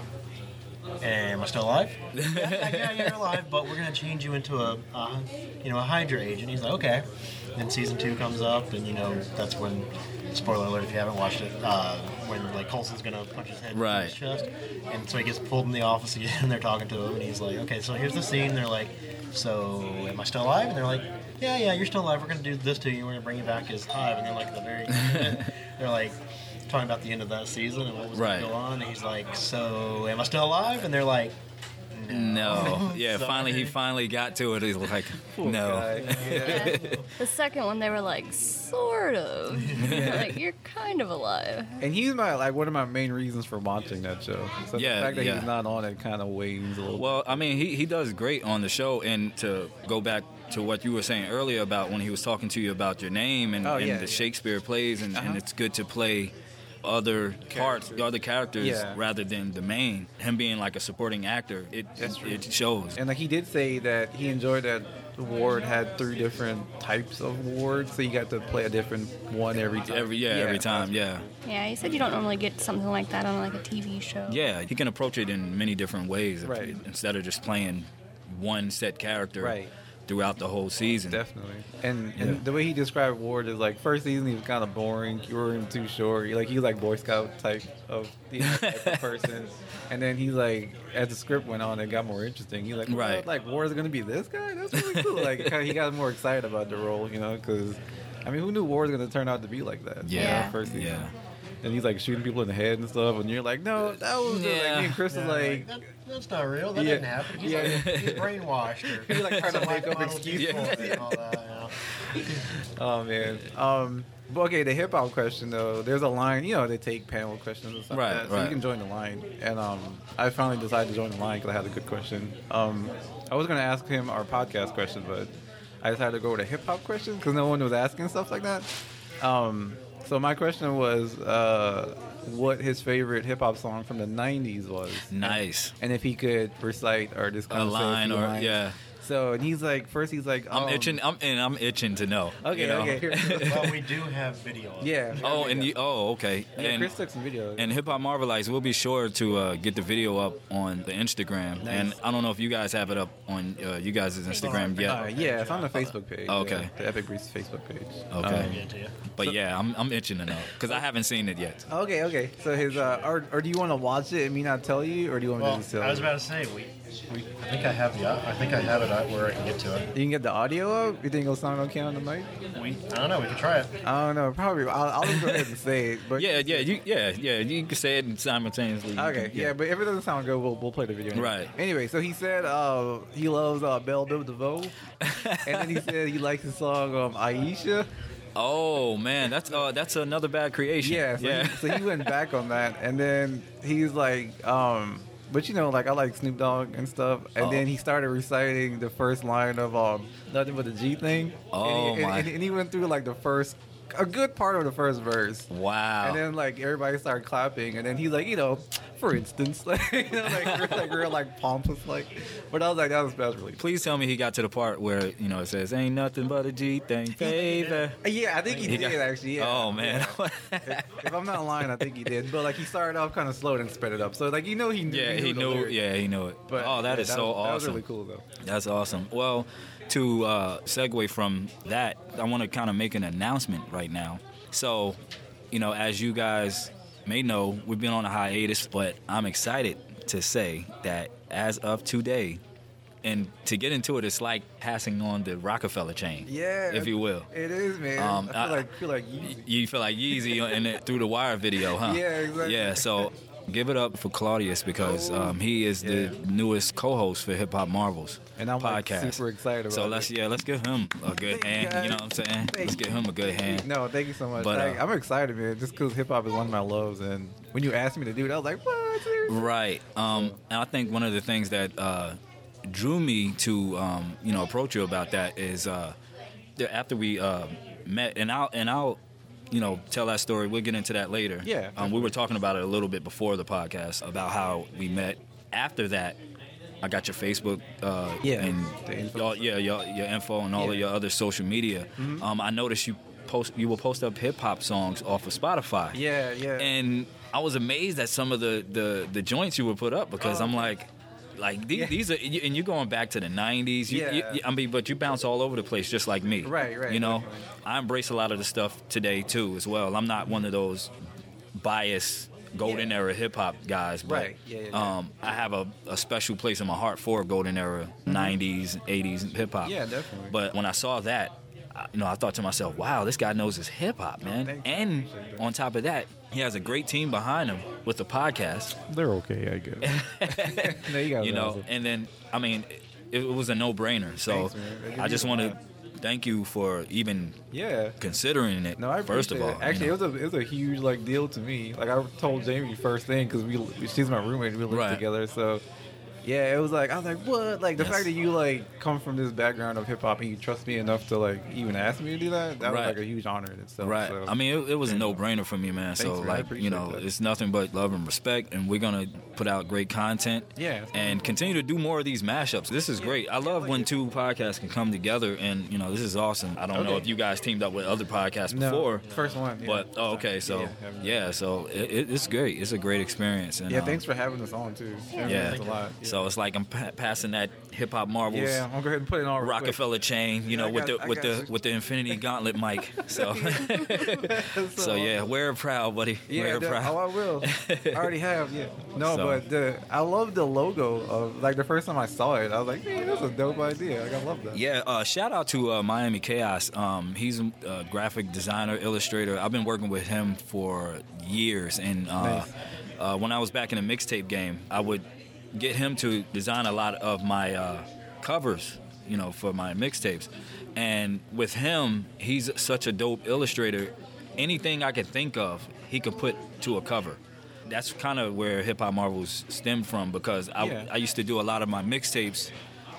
Am I still alive? [laughs] yeah, yeah, you're alive, but we're gonna change you into a, uh, you know, a Hydra agent. He's like, okay. Then season two comes up, and you know that's when, spoiler alert if you haven't watched it, uh, when like Colson's gonna punch his head in Right. his chest, and so he gets pulled in the office again, [laughs] and they're talking to him, and he's like, okay, so here's the scene. They're like, so am I still alive? And they're like, yeah, yeah, you're still alive. We're gonna do this to you. We're gonna bring you back as Hive, and then like the very, end, they're like. Talking about the end of that season and what was Right. going to go on, and he's like, "So, am I still alive?" And they're like, [laughs] No. Yeah, finally, he finally got to it. He's like, no. [laughs] The second one, they were like, sort of. [laughs] like, you're kind of alive. And he's my like one of my main reasons for watching that show. So Yeah, the fact that yeah. he's not on it kind of wanes a little. Well, I mean, he, he does great on the show. And to go back to what you were saying earlier about when he was talking to you about your name and, Oh, and yeah, the yeah. Shakespeare plays, and, and Uh-huh. it's good to play other parts, the other characters, Yeah. rather than the main. Him being like a supporting actor, it That's true. it shows. And like he did say that he enjoyed that the ward had three different types of wards, so you got to play a different one every time. Every yeah, every time, yeah, Yeah, he said you don't normally get something like that on like a TV show. yeah. He can approach it in many different ways. Right. Instead of just playing one set character Right. throughout the whole season. Definitely. And, Yeah. and the way he described Ward is like first season he was kind of boring, you were him too short. Like he's like Boy Scout type of, you know, [laughs] type of person. And then he like as the script went on, it got more interesting. He like Right. right like Ward's gonna be this guy. That's really cool. [laughs] like kinda, he got more excited about the role, you know, because I mean who knew Ward's gonna turn out to be like that? Yeah. you know, Yeah. First season. Yeah. And he's like shooting people in the head and stuff, and you're like, no, that was Yeah. like me and Chris is Yeah, like, that, that's not real. That Yeah. didn't happen. He's, Yeah. like, he's brainwashed. Or, [laughs] He's, like, trying to some, make up model excuses. people and all that, yeah. Oh man. Um. But okay, the hip hop question though. There's a line. You know, they take panel questions and stuff. Right, Like that, so right. you can join the line. And um, I finally decided to join the line because I had a good question. Um, I was gonna ask him our podcast question, but I decided to go with a hip hop question because no one was asking stuff like that. Um. So my question was, uh, what his favorite hip hop song from the '90s was, Nice. and if he could recite or just kind A of say line few or lines. yeah. So and he's like, first he's like, I'm um, itching. I'm and I'm itching to know. Okay, you know? okay. here- [laughs] well, we do have video. of it. yeah. Oh, and you. Oh, okay. Yeah, And Chris took some videos. and hip hop marvelites. We'll be sure to uh, get the video up on the Instagram. And I don't know if you guys have it up on uh, you guys' Instagram yet. Uh, yeah, it's on the Facebook page. Okay. yeah, the Epic Breeze Facebook page. I'll get Okay. it to you. But yeah, I'm I'm itching to know because I haven't seen it yet. Okay, okay. So his, uh, or, or do you want to watch it and me not tell you, or do you want me Well, to just tell I was you? about to say we. we I think I have yeah. I think I have it out where I can get to it. you can get the audio up. You think it'll sound okay on the mic? We. I don't know. We can try it. I don't know. Probably. I'll, I'll just go ahead and say it. But Yeah, yeah, you, yeah, yeah. You can say it simultaneously. You [laughs] Okay, can- yeah. but if it doesn't sound good, we'll, we'll play the video. anyway. Right. Anyway, so he said uh, he loves uh, Belle [laughs] Biv DeVoe, and then he said he likes the song um, Aisha. Oh man, that's uh, that's another bad creation. [laughs] Yeah, so, yeah. He, so he went back on that, and then he's like, um, but you know, like I like Snoop Dogg and stuff, and then he started reciting the first line of um, nothing but the G thing. Oh, and he, my. And, and he went through like the first, a good part of the first verse. [laughs] wow. And then like everybody started clapping, and then he's like, you know, for instance, [laughs] like, you know, like, real, like real like pompous, like. But I was like, that was that was really. Please tell me he got to the part where you know it says "ain't nothing but a G thing, baby." Yeah, I think he, He did got- actually. Yeah. Oh man. [laughs] if I'm not lying, I think he did. But like he started off kind of slow and sped it up. So like you know he knew. yeah, he the knew. lyrics. Yeah, he knew it. But oh, that yeah, is so was- That was awesome. really cool though. That's awesome. Well, to uh, segue from that, I want to kind of make an announcement right now. So, you know, as you guys may know, we've been on a hiatus, but I'm excited to say that as of today, and to get into it, it's like passing on the Rockefeller chain, Yeah, if you will. It is, man. Um, I feel I- like feel like Yeezy. You feel like Yeezy in it through the wire video, huh? Yeah, exactly. Yeah, so give it up for Claudius because um, he is Yeah. the newest co-host for Hip Hop Marvels And I'm, like, podcast. super excited So about let's it. yeah, let's give him a good Thank you, hand. You know what guys. I'm saying? Let's Thank give him a good hand. No, thank you so much. But, Like, uh, I'm excited, man. Just because hip hop is one of my loves, and when you asked me to do it, I was like, what? Seriously? Right. Um, and I think one of the things that uh, drew me to um, you know approach you about that is uh, that after we uh, met, and I'll and I'll you know tell that story. We'll get into that later. Yeah. Um, we were talking about it a little bit before the podcast about how we met. After that, I got your Facebook. Uh, Yeah, And the info. y'all, yeah, y'all, your info and all of Yeah. Mm-hmm. your other social media. Um, I noticed you post you will post up hip hop songs off of Spotify Yeah, yeah. and I was amazed at some of the the, the joints you would put up because Oh. I'm like, like these, these are you- and you're going back to the '90s. You, you- Yeah. I mean, but you bounce all over the place just like me. Right, right, You know, definitely. I embrace a lot of the stuff today too as well. I'm not one of those biased golden Yeah. era hip hop guys, but Right, yeah, yeah, yeah. Um, I have a, a special place in my heart for golden era '90s, '80s hip hop. Yeah, definitely. But when I saw that. you know, I thought to myself, wow, this guy knows his hip hop, man. thank you. And on top of that, he has a great team behind him with the podcast. They're okay, I guess. [laughs] [laughs] no, you, got you it, know Ozzy. and then i mean it, it was a no-brainer so Thanks, man. i just want to thank you for even yeah. considering it No, I first of all appreciate it. actually, you know. it was a it was a huge like deal to me. Like I told Jamie first thing because we she's my roommate, we lived Right. together. So yeah, it was like I was like, what? Like the Yes. fact that you like come from this background of hip hop and you trust me enough to like even ask me to do that, that Right. was like a huge honor in itself. right So. i mean it, it was a no-brainer for me man so Thanks, man. I like you appreciate know that. it's nothing but love and respect and we're gonna put out great content Yeah. and continue to do more of these mashups this is great i love when two podcasts can come together and you know this is awesome i don't know Okay. if you guys teamed up with other podcasts No, before first one, yeah. but oh, okay so yeah, Yeah, haven't- so it, it, it's great it's a great experience and yeah, um, thanks for having us on too. That Yeah. means a lot. Yeah. So it's like I'm pa- passing that hip hop marvels yeah, I'm gonna go ahead and put it on real quick. Rockefeller chain, you Yeah, know, I with got- the I with got the you. with the Infinity Gauntlet mic. [laughs] So [laughs] so yeah, wear it proud, buddy. wear Yeah, it the- proud. oh, I will. [laughs] I already have. Yeah. No, So- but the I love the logo of like the first time I saw it, I was like, man, that's a dope idea. Like I love that. yeah, uh, shout out to uh, Miami Chaos. Um, he's a uh, graphic designer, illustrator. I've been working with him for years, and uh, Nice. uh, when I was back in the mixtape game, I would get him to design a lot of my uh, covers, you know, for my mixtapes. And with him, he's such a dope illustrator. Anything I could think of, he could put to a cover. That's kind of where Hip Hop Marvels stemmed from because I, Yeah. I used to do a lot of my mixtapes.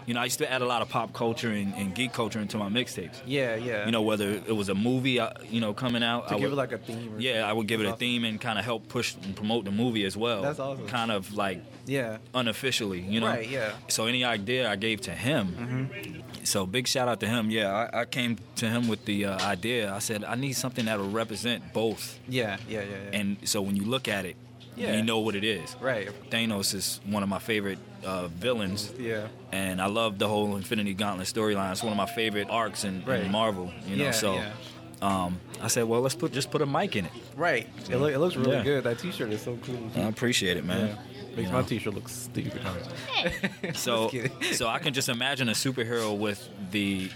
You know, I used to add a lot of pop culture and, and geek culture into my mixtapes. Yeah, yeah. You know, whether it was a movie, uh, you know, coming out. to I give would- it like a theme. Or yeah, I would give it a That's awesome. theme and kind of help push and promote the movie as well. That's awesome. Kind of like Yeah. unofficially, you know. Right, yeah. Mm-hmm. So any idea I gave to him. So big shout out to him. Yeah, I, I came to him with the uh, idea. I said I need something that'll represent both. Yeah, yeah, yeah. yeah. And so when you look at it, Yeah. you know what it is. right. Thanos is one of my favorite uh, villains. Yeah. And I love the whole Infinity Gauntlet storyline. It's one of my favorite arcs in, in Right. Marvel. You know, Yeah, so yeah. um, I said, well, let's put just put a mic in it. Right. It, look, it looks really Yeah. good. That T-shirt is so cool. I appreciate it, man. Yeah. [laughs] Makes You my know. T-shirt look stupid. So, Just kidding. so I can just imagine a superhero with the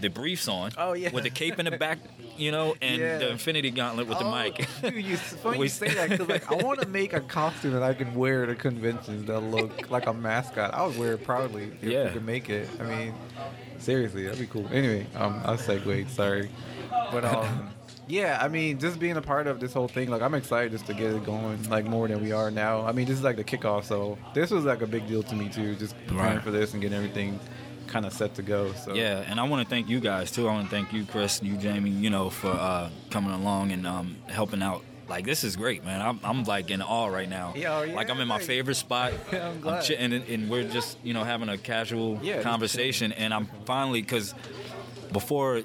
the briefs on. Oh, yeah. With the cape in the back, you know, and Yeah. the Infinity Gauntlet with Oh, the mic. Dude, you, it's funny We- you say that because like I want to make a costume that I can wear to conventions that [laughs] look like a mascot. I would wear it proudly if Yeah. we could make it. I mean, seriously, that'd be cool. Anyway, um, I segued. Sorry, [laughs] but um. Yeah, I mean, just being a part of this whole thing, like I'm excited just to get it going, like more than we are now. I mean, this is like the kickoff, so this was like a big deal to me too, just preparing Right. for this and getting everything kind of set to go. So Yeah, and I want to thank you guys too. I want to thank you, Chris, you, Jamie, you know, for uh, coming along and um, helping out. Like this is great, man. I'm, I'm like in awe right now. Yeah, oh, Like yeah, I'm in my thanks. favorite spot. [laughs] Yeah, I'm glad. chitting and, and we're just you know having a casual Yeah, just conversation. And I'm finally because before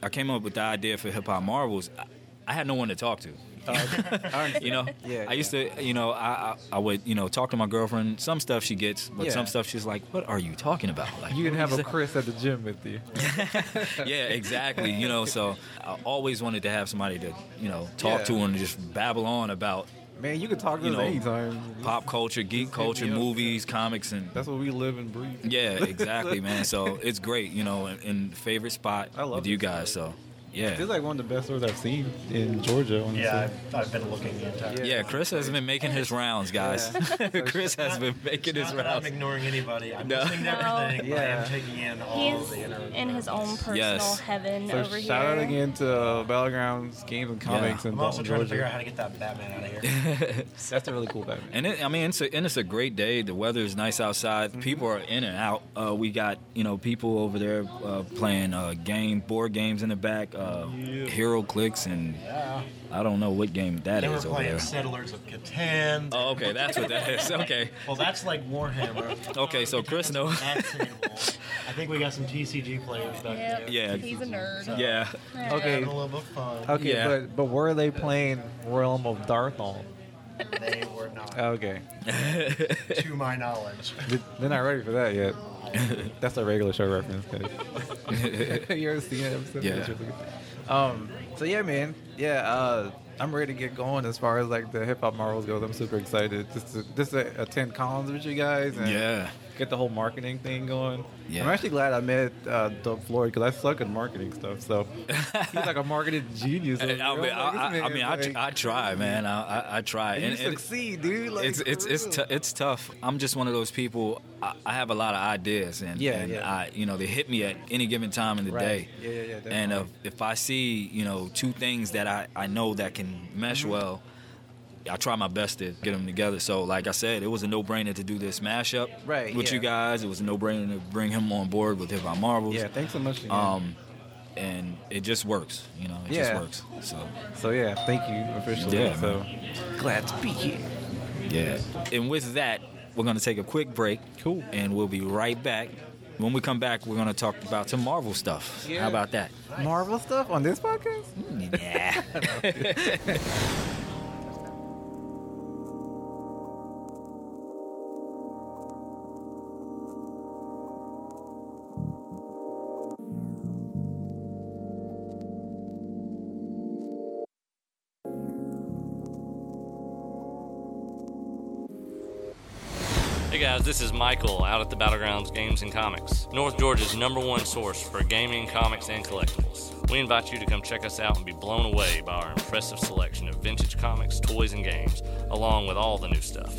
I came up with the idea for Hip Hop Marvels, I, I had no one to talk to. Oh, [laughs] you know, Yeah, I used to, you know, I, I I would, you know, talk to my girlfriend. Some stuff she gets, but Yeah. some stuff she's like, "What are you talking about?" Like, you can what have is a that? Chris at the gym with you. yeah, exactly. You know, so I always wanted to have somebody to, you know, talk Yeah. to and just babble on about Man, you can talk to You us know, anytime. pop culture, geek just hit me culture, up. movies, comics, and That's what we live and breathe. yeah, exactly, man. So it's great, you know, and, and favorite spot I love with you this guys. So This is yeah. like one of the best stores I've seen in Georgia. Honestly. Yeah, I've, I've been looking the entire. Yeah, Chris has been making his rounds, [laughs] guys. Chris has been making his Not that I'm rounds. ignoring anybody. I'm No. listening to everything. but I Yeah. am taking in all He's the inner. in his own personal Yes. heaven So over here. shout out again to uh, Battlegrounds Games and Comics in I'm also trying Dalton, to Georgia. figure out how to get that Batman out of here. That's a really cool Batman. And it, I mean, it's a, and it's a great day. The weather is nice outside. Mm-hmm. People are in and out. Uh, we got you know people over there uh, playing uh, game board games in the back, uh, Hero Clicks, and I don't know what game that They is were over playing there. Settlers of Catan. Oh, okay, that's what that is. [laughs] Okay, Well, that's like Warhammer. [laughs] Okay, so Chris knows. That's terrible. I think we got some TCG players back there. Yeah. He's a nerd. yeah, Okay. Having a little bit of fun. Okay, Yeah. but but were they playing Realm of Darthol? They were not, Okay, to my knowledge. Th- they're not ready for [laughs] that yet. That's a regular show reference. Guys. [laughs] [laughs] you ever seen that episode? Yeah. That's really good. Um. So yeah, man. Yeah. Uh. I'm ready to get going as far as like the hip hop marvels goes. I'm super excited just to just to attend cons with you guys and yeah. get the whole marketing thing going. Yeah. I'm actually glad I met uh, Doug Floyd because I suck at marketing stuff. So he's like a [laughs] marketing genius. I mean, I'm like, I, this I, I, man, mean, I, tr- like, I try, man. I, I, I try. you And- and- succeed, dude. Like, it's it's for it's real. t- it's tough. I'm just one of those people. I, I have a lot of ideas, and Yeah, and yeah. I you know they hit me at any given time in the day. Right. Yeah, yeah, yeah, And if, definitely. if I see you know two things that I I know that can mesh Mm-hmm. well, I try my best to get them together. So like I said, it was a no brainer to do this mashup Right, with yeah. you guys. It was a no brainer to bring him on board with Hip Hop Marvels. Yeah, thanks so much. Again. Um, and it just works. You know, it Yeah. just works. So. so yeah, thank you officially. Yeah, so Glad to be here. Yeah. And with that, we're going to take a quick break. Cool. And we'll be right back. When we come back, we're going to talk about some Marvel stuff. Yeah. How about that? Marvel stuff on this [laughs] podcast. Yeah. Hey guys, this is Michael out at the Battlegrounds Games and Comics, North Georgia's number one source for gaming, comics, and collectibles. We invite you to come check us out and be blown away by our impressive selection of vintage comics, toys, and games, along with all the new stuff.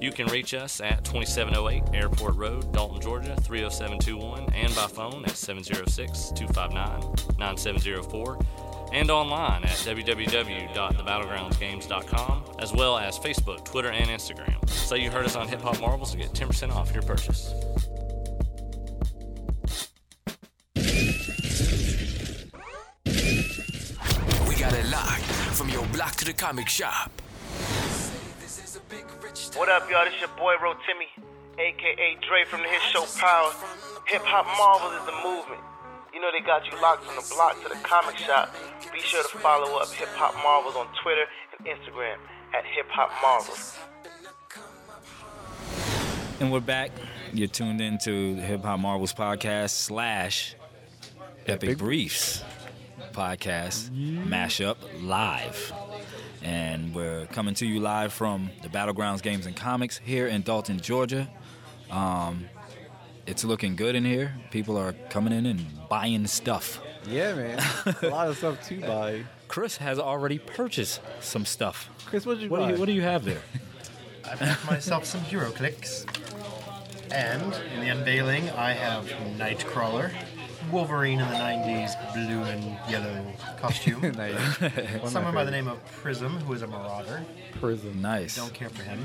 You can reach us at 2708 Airport Road, Dalton, Georgia 30721, and by phone at 706 259 9704 and online at www.thebattlegroundsgames.com, as well as Facebook, Twitter, and Instagram. Say you heard us on Hip Hop Marvels to get 10% off your purchase. We got it locked from your block to the comic shop. What up, y'all? This your boy Ro Timmy, aka Dre from the hit show Power. Hip Hop Marvel is the movement. You know they got you locked from the block to the comic shop. Be sure to follow up Hip Hop Marvels on Twitter and Instagram at Hip Hop Marvels. and we're back. You're tuned in to the Hip Hop Marvels podcast slash Epic, Briefs podcast Mm-hmm. mashup live. And we're coming to you live from the Battlegrounds Games and Comics here in Dalton, Georgia. Um, It's looking good in here. People are coming in and buying stuff. Yeah, man. a lot of stuff to buy. Chris has already purchased some stuff. Chris, what'd you [laughs] What buy? do you, what do you have there? I have myself some hero clicks, and in the unveiling, I have Nightcrawler, Wolverine in the '90s blue and yellow costume. Nice. Someone by the name of Prism, who is a marauder. [laughs] Prison. Nice. Don't care for [laughs] him.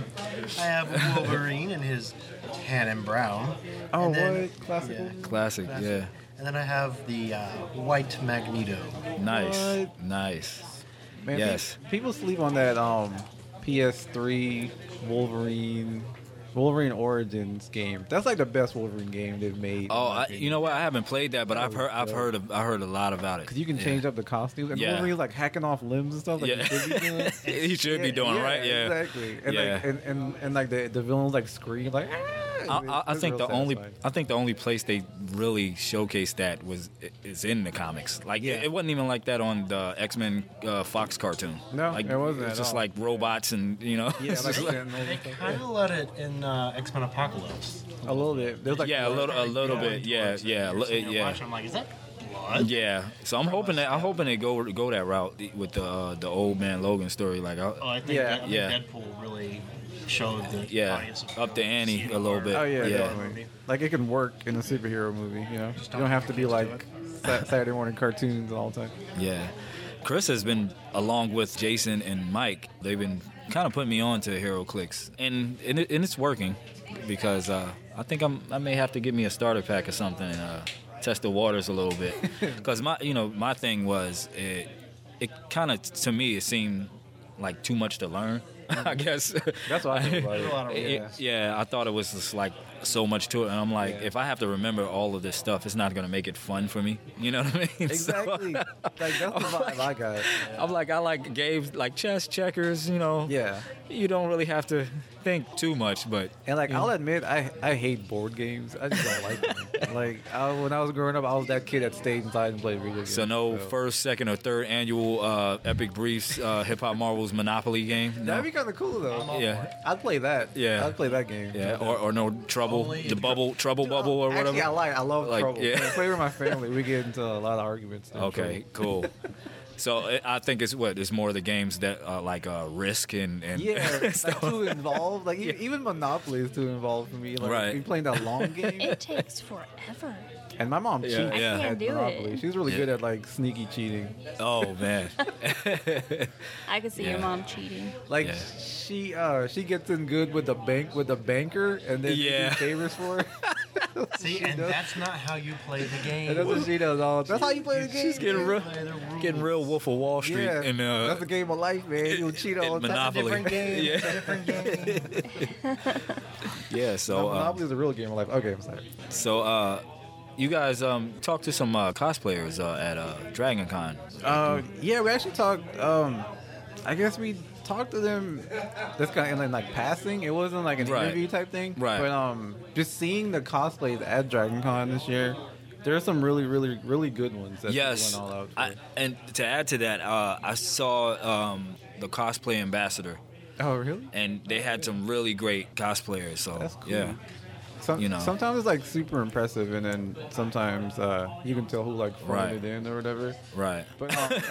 I have Wolverine in his tan and brown. Oh, and then- what? Classical? Yeah. Classic, yeah. And then I have the uh, white Magneto. Nice. What? Nice. Man, Yes. pe- People sleep on that um, PS3 Wolverine Wolverine Origins game. That's like the best Wolverine game they've made. Oh, I, you know what? I haven't played that, but I've heard I've heard of, I heard a lot about it. because you can Yeah. change up the costumes and Yeah. Wolverine's like hacking off limbs and stuff. Like Yeah. he [laughs] should be doing. he should be doing right. Yeah. exactly. And Yeah. like and, and, and like the the villains like scream like. "Ah!" I, I, I It's think real the only satisfying. I think the only place they really showcased that was is in the comics. Like it, it wasn't even like that on the X Men uh, Fox cartoon. No, like, it wasn't It's at just all. like robots and you know. [laughs] yeah, it's like, just like- They kind of let it in uh, X Men Apocalypse. a little bit. There's [laughs] like yeah, a little a little Going bit. Yeah, towards yeah, it, li- sitting there yeah. watching, I'm like, is that blood? Yeah, so I'm hoping that I'm hoping they go go that route with the uh, the old man Logan story. Like, Oh, I, I think Yeah. that, I think Yeah. Deadpool really showed the Yeah. audience of- Up the ante a little bit. Oh yeah, Yeah. definitely. Like it can work in a superhero movie. You know, you don't don't have to be make like Sa- Saturday morning cartoons all the time. yeah, Chris has been along with Jason and Mike. They've been kind of putting me on to Hero Clicks, and and, it, and it's working because uh, I think I'm I may have to give me a starter pack or something and uh, test the waters a little bit because my you know my thing was it it kind of to me it seemed like too much to learn. [laughs] I guess That's [laughs] what I [laughs] think about it. It- yeah. yeah, I thought it was just like so much to it, and I'm like, if I have to remember all of this stuff, it's not gonna make it fun for me. You know what I mean? [laughs] So, Exactly. like [laughs] that's the vibe I got. I'm like, I like games like chess, checkers, you know. Yeah. you don't really have to think too much, but And like Mm. I'll admit, I I hate board games. I just don't like [laughs] them. Like I, when I was growing up, I was that kid that stayed inside and played video games. So no first, second, or third annual uh, Epic Briefs uh, Hip Hop Marvels Monopoly game. No. That'd be kind of cool though. yeah, I'd play that. Yeah. I'd play that game. yeah, or, or no trouble, Only- the bubble, trouble bubble, or whatever. Actually, I like. I love Like, trouble. yeah. When I [laughs] play with my family. We get into a lot of arguments. in okay, Trouble. [laughs] cool. So I- I think it's what it's more of the games that uh, like uh, Risk and and [laughs] Yeah, that's too involved. Like e- even Monopoly is too involved for me. Like Right. you playing that long [laughs] game, It takes forever. and my mom Yeah. cheats I can't at do it. Monopoly. She's really Yeah. good at like sneaky cheating. oh man, I could see Yeah. your mom cheating. Like Yeah. she uh she gets in good with the bank with the banker, and then Yeah. yeah. favors for [laughs] her. See, and does. that's not how you play the game. And that's what she does. All that's how you play the game. she's [laughs] getting real, Play the rules. getting real Wolf of Wall Street Yeah, and uh, that's a game of life, man. [laughs] You cheat and all the time. Monopoly. Different game. Yeah. It's a different game. [laughs] yeah. So uh, Monopoly is a real game of life. Okay, I'm sorry. so uh, you guys um, talked to some uh, cosplayers uh, at uh, Dragon Con. Uh, yeah, we actually talked. Um, I guess we talked to them. That's kind of in like passing. It wasn't like an Right. interview type thing. Right. But um, just seeing the cosplays at Dragon Con this year, there are some really, really, really good ones. That yes, Went all out. for. I, and to add to that, uh, I saw um, the cosplay ambassador, oh, really? and they had some really great cosplayers. So That's cool. yeah, Some, you know. Sometimes it's like super impressive, and then sometimes uh, you can tell who like phoned Right. it in or whatever. right, [laughs] But um,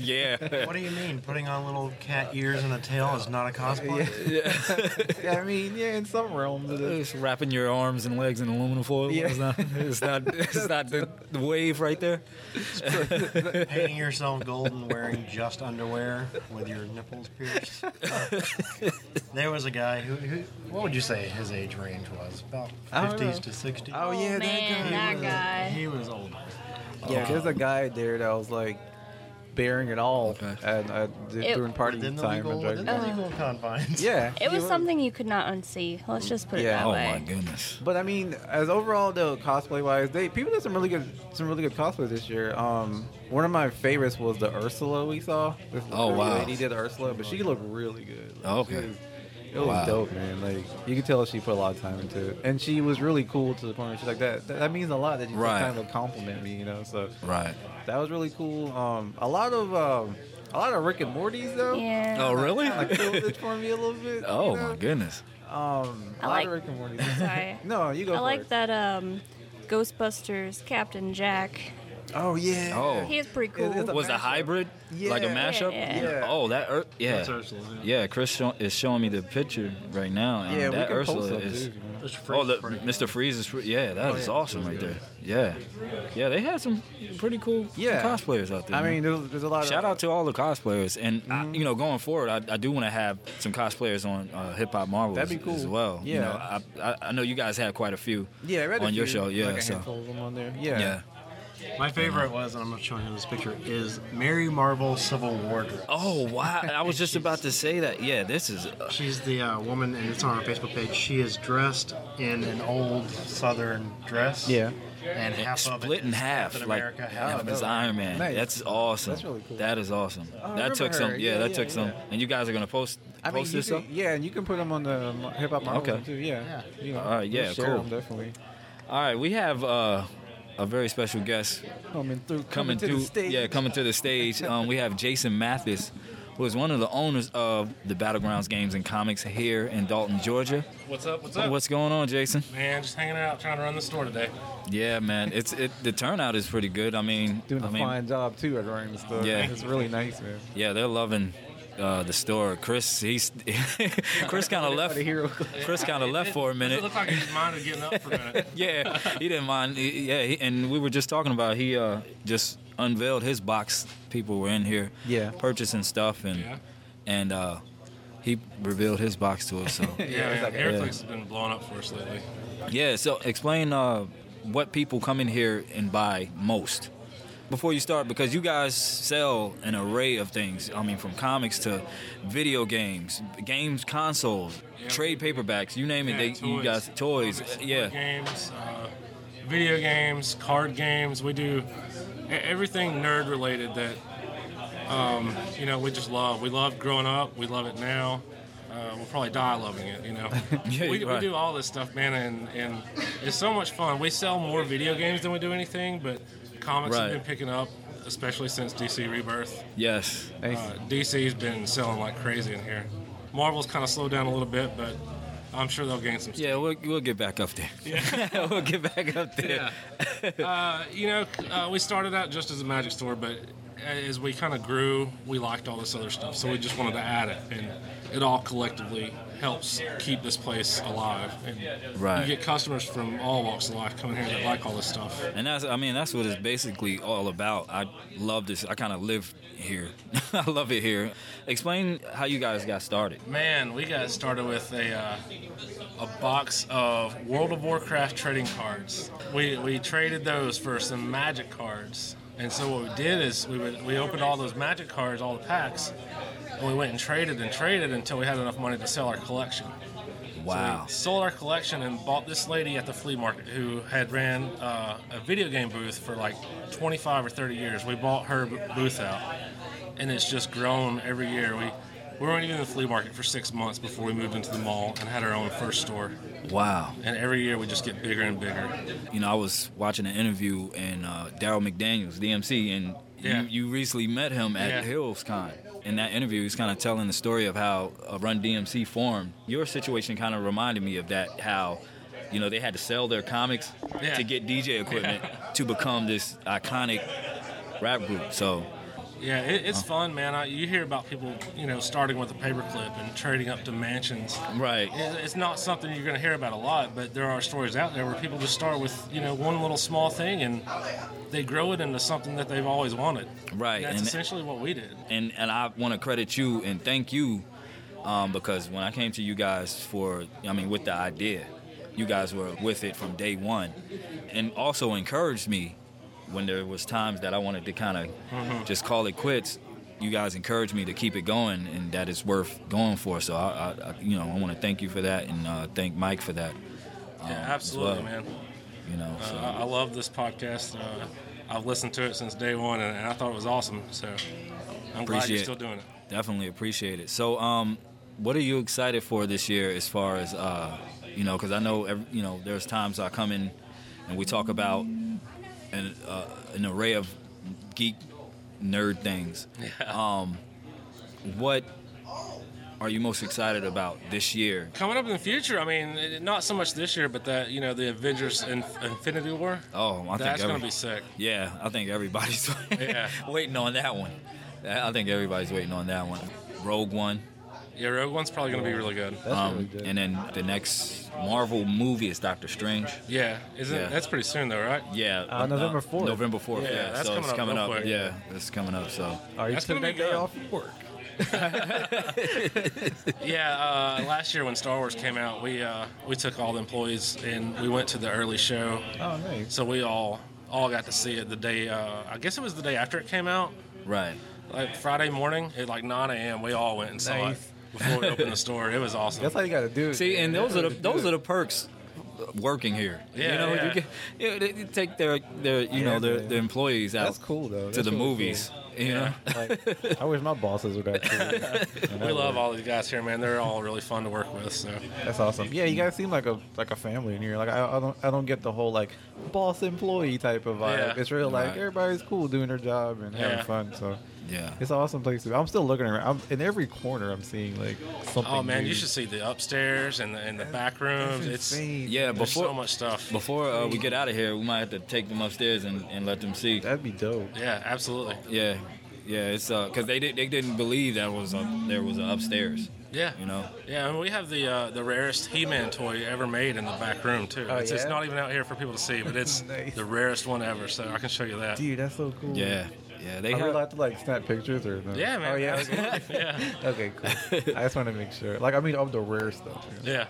yeah, What do you mean? Putting on little cat ears and a tail is not a cosplay? I mean, yeah, in some realms it is. Just wrapping your arms and legs in aluminum foil. Yeah. It's [laughs] not, it's not, it's not the, the wave right there. Painting yourself golden, wearing just underwear with your nipples [laughs] pierced. there was a guy who, who, what would you say his age range was? About I don't 50s know. to 60s. [laughs] Oh yeah, man, that guy. that guy. He was older. Yeah, there's a guy there that was like bearing it all Okay. at, at It- during party Within the time. legal, and drinking. within the legal confines. [laughs] yeah, It he was something you could not unsee. Let's just put it Yeah. that Oh way. my goodness. But I mean, as overall though, cosplay wise, they people did some really good some really good cosplays this year. Um, one of my favorites was the Ursula we saw. This Oh, pretty wow. lady did Ursula, but she looked really good. Like, Okay. she was- it was Wow. dope, man. Like you could tell she put a lot of time into it, and she was really cool to the point where she's like, "That that, that means a lot that you Right. kind of compliment me," you know. So Right. That was really cool. Um, a lot of um, a lot of Rick and Morty's though. Yeah. Oh really? Like killed it for me a little bit. [laughs] Oh you know? my goodness. Um, a I lot like- of Rick and Morty's. [laughs] Sorry. no, you go. I for like it. that um, Ghostbusters Captain Jack. Oh yeah. Oh. He is pretty It- cool. it's a [laughs] Was a mashup. hybrid like a Yeah. mashup? Yeah. Yeah. Oh, that Ur- yeah. That's Ursula, yeah. Chris show- is showing me the picture right now. And Yeah, we that can Ursula post them, is. too, Oh, man. Just freak Oh, the, freak. Mr. Freeze is. pre- Yeah, that is awesome right there. Yeah, yeah, they had some pretty cool Yeah. cosplayers out there. I Mm-hmm. man. mean, there's, there's a lot. Shout of, out to all the cosplayers, and I, you know, going forward, I, I do want to have some cosplayers on uh, Hip Hop Marvels That'd be cool. as well. you Yeah. know, I, I, I know you guys had quite a few. Yeah, I read on a your few, show, yeah, Like a so. handful of them on there. yeah, Yeah. My favorite was, and I'm going to show you this picture, is Mary Marvel Civil War dress. Oh wow! I was just about to say that. Yeah, this is. She's the uh, woman, and it's on our Facebook page. She is dressed in an old Southern dress. Yeah. and half of it split in is half, Captain like America, half half is of it. Iron Man. Nice. That's awesome. That's really cool. That is awesome. that remember took some. her. Yeah, Yeah, that yeah, took some. yeah. And you guys are gonna post I mean, post you this can, up. yeah, and you can put them on the hip hop Okay. too. Yeah, you know, All right, yeah, we'll share cool. 'em definitely. All right, we have uh, a very special guest Coming through, coming, to through. the stage. Yeah, coming to the stage. Um, we have Jason Mathis, who is one of the owners of the Battlegrounds Games and Comics here in Dalton, Georgia. What's up? What's What's going on, Jason? Man, just hanging out, trying to run the store today. Yeah, man, it's it. The turnout is pretty good. I mean, doing I a mean, fine job too at running the stuff. Yeah. it's really nice, man. yeah, they're loving. Uh, the store, Chris. He's [laughs] Chris [laughs] kind of left. [laughs] The hero. Chris kind of left for a It minute. looked like he just minded getting up for a minute. [laughs] Yeah, he didn't mind. He- Yeah, he, and we were just talking about he uh, just unveiled his box. People were in here, Yeah. purchasing stuff, and Yeah. and uh, he revealed his box to us. So [laughs] Yeah, man, like- everything's been blowing up for us lately. yeah, so explain uh, what people come in here and buy most before you start, because you guys sell an array of things. I mean, from comics to video games, games consoles, trade paperbacks, you name it. Yeah, they, You guys toys, comics, yeah. board Games, uh, video games, card games. We do e- everything nerd related that um, you know we just love. We love growing up. We love it now. Uh, uh, will probably die loving it. You know, [laughs] Yeah, we, you're we right. do all this stuff, man, and and it's so much fun. We sell more video games than we do anything, but comics Right. have been picking up, especially since DC Rebirth. Yes. Uh, DC's been selling like crazy in here. Marvel's kind of slowed down a little bit, but I'm sure they'll gain some. Yeah, we'll, we'll get back up there. Yeah. [laughs] we'll get back up there. uh, you know, uh, we started out just as a magic store, but as we kind of grew, we liked all this other stuff, so we just wanted to add it, and it all collectively helps keep this place alive. And Right. You get customers from all walks of life coming here that like all this stuff. And that's, I mean, that's what it's basically all about. I love this. I kind of live here. [laughs] I love it here. Explain how you guys got started. Man, we got started with a uh, a box of World of Warcraft trading cards. We we traded those for some Magic cards, and so what we did is we would, we opened all those Magic cards, all the packs, and we went and traded and traded until we had enough money to sell our collection. So Wow. we sold our collection and bought this lady at the flea market who had ran uh, a video game booth for like 25 or 30 years. We bought her b- booth out, and it's just grown every year. We we weren't even in the flea market for six months before we moved into the mall and had our own first store. Wow. And every year we just get bigger and bigger. You know, I was watching an interview and uh, Daryl McDaniels, DMC, and Yeah. you, you recently met him at Yeah. HillsCon. In that interview, he's kind of telling the story of how uh, Run DMC formed. Your situation kind of reminded me of that, how, you know, they had to sell their comics Yeah. to get DJ [laughs] equipment to become this iconic rap group. So, Yeah, it, it's fun, man. I, you hear about people, you know, starting with a paperclip and trading up to mansions. Right. It, it's not something you're going to hear about a lot, but there are stories out there where people just start with, you know, one little small thing and they grow it into something that they've always wanted. right. That's and- essentially what we did. and and I want to credit you and thank you um, because when I came to you guys for I mean with the idea, you guys were with it from day one, and also encouraged me when there was times that I wanted to kind of Mhm. just call it quits. You guys encouraged me to keep it going, and that it's worth going for. So I, I, I you know, I want to thank you for that, and uh, thank Mike for that. um, Yeah, as absolutely, well. man. You know, Uh, so. I- I love this podcast. Uh, I've listened to it since day one, and, and I thought it was awesome. So I'm glad you're Appreciate- still doing it. Definitely appreciate it. So, um, what are you excited for this year as far as uh, you know? Because I know every, you know there's times I come in and we talk about an uh, an array of geek nerd things. Um, what are you most excited about this year? Coming up in the future, I mean, it- not so much this year, but that you know, the Avengers Inf- Infinity War. Oh, I think that's every- gonna be sick. Yeah, I think everybody's [laughs] Yeah. waiting on that one. I think everybody's waiting on that one. Rogue One. um, Yeah, Rogue One's probably gonna be really good. And then the next Marvel movie is Doctor Strange. Yeah, isn't Yeah. that's pretty soon though, right? Yeah, uh, uh, November fourth. Yeah, Yeah, that's so coming it's up. coming real up. quick. Yeah, it's coming up. So Are you That's took gonna that be day good. off work? yeah, uh, last year when Star Wars came out, we uh, we took all the employees and we went to the early show. Oh, nice. So we all all got to see it the day. Uh, I guess it was the day after it came out, Right. like Friday morning at like 9 a.m. We all went and saw Nice. it before we opened the store. It was awesome. That's how you got to do. See, and those are the those are the perks working here. Yeah, you know, yeah. you, get, you they- they take their their you Yeah, know their, man. their employees out. That's cool, though. To That's the really movies, cool. you know. [laughs] Like, I wish my bosses were that cool. We love all these guys here, man. They're all really fun to work with. So That's awesome. Yeah, you guys seem like a like a family in here. Like I, I don't I don't get the whole like boss employee type of vibe. Yeah. It's real like Right. everybody's cool doing their job and Yeah. having fun. So [laughs] yeah, it's an awesome place to. be. I'm still looking around. I'm, in every corner, I'm seeing like something. Oh man, new. you should see the upstairs and the, and the back rooms. It's yeah. there's Before so much stuff. Before uh, we get out of here, we might have to take them upstairs and, and let them see. That'd be dope. Yeah, absolutely. Yeah, yeah. It's uh, cause they did they didn't believe that was a, there was an upstairs. Yeah. You know. Yeah, and we have the uh, the rarest He-Man toy ever made in the back room too. Oh, it's, it's yeah? not even out here for people to see, but [laughs] it's the rarest one ever. So I can show you that. Dude, that's so cool. Yeah. yeah. they Are we have- allowed to like snap pictures or no? Yeah, man. Oh yeah. okay. [laughs] absolutely. yeah. okay, cool. I just want to make sure. Like I mean, of the rare stuff. Yeah.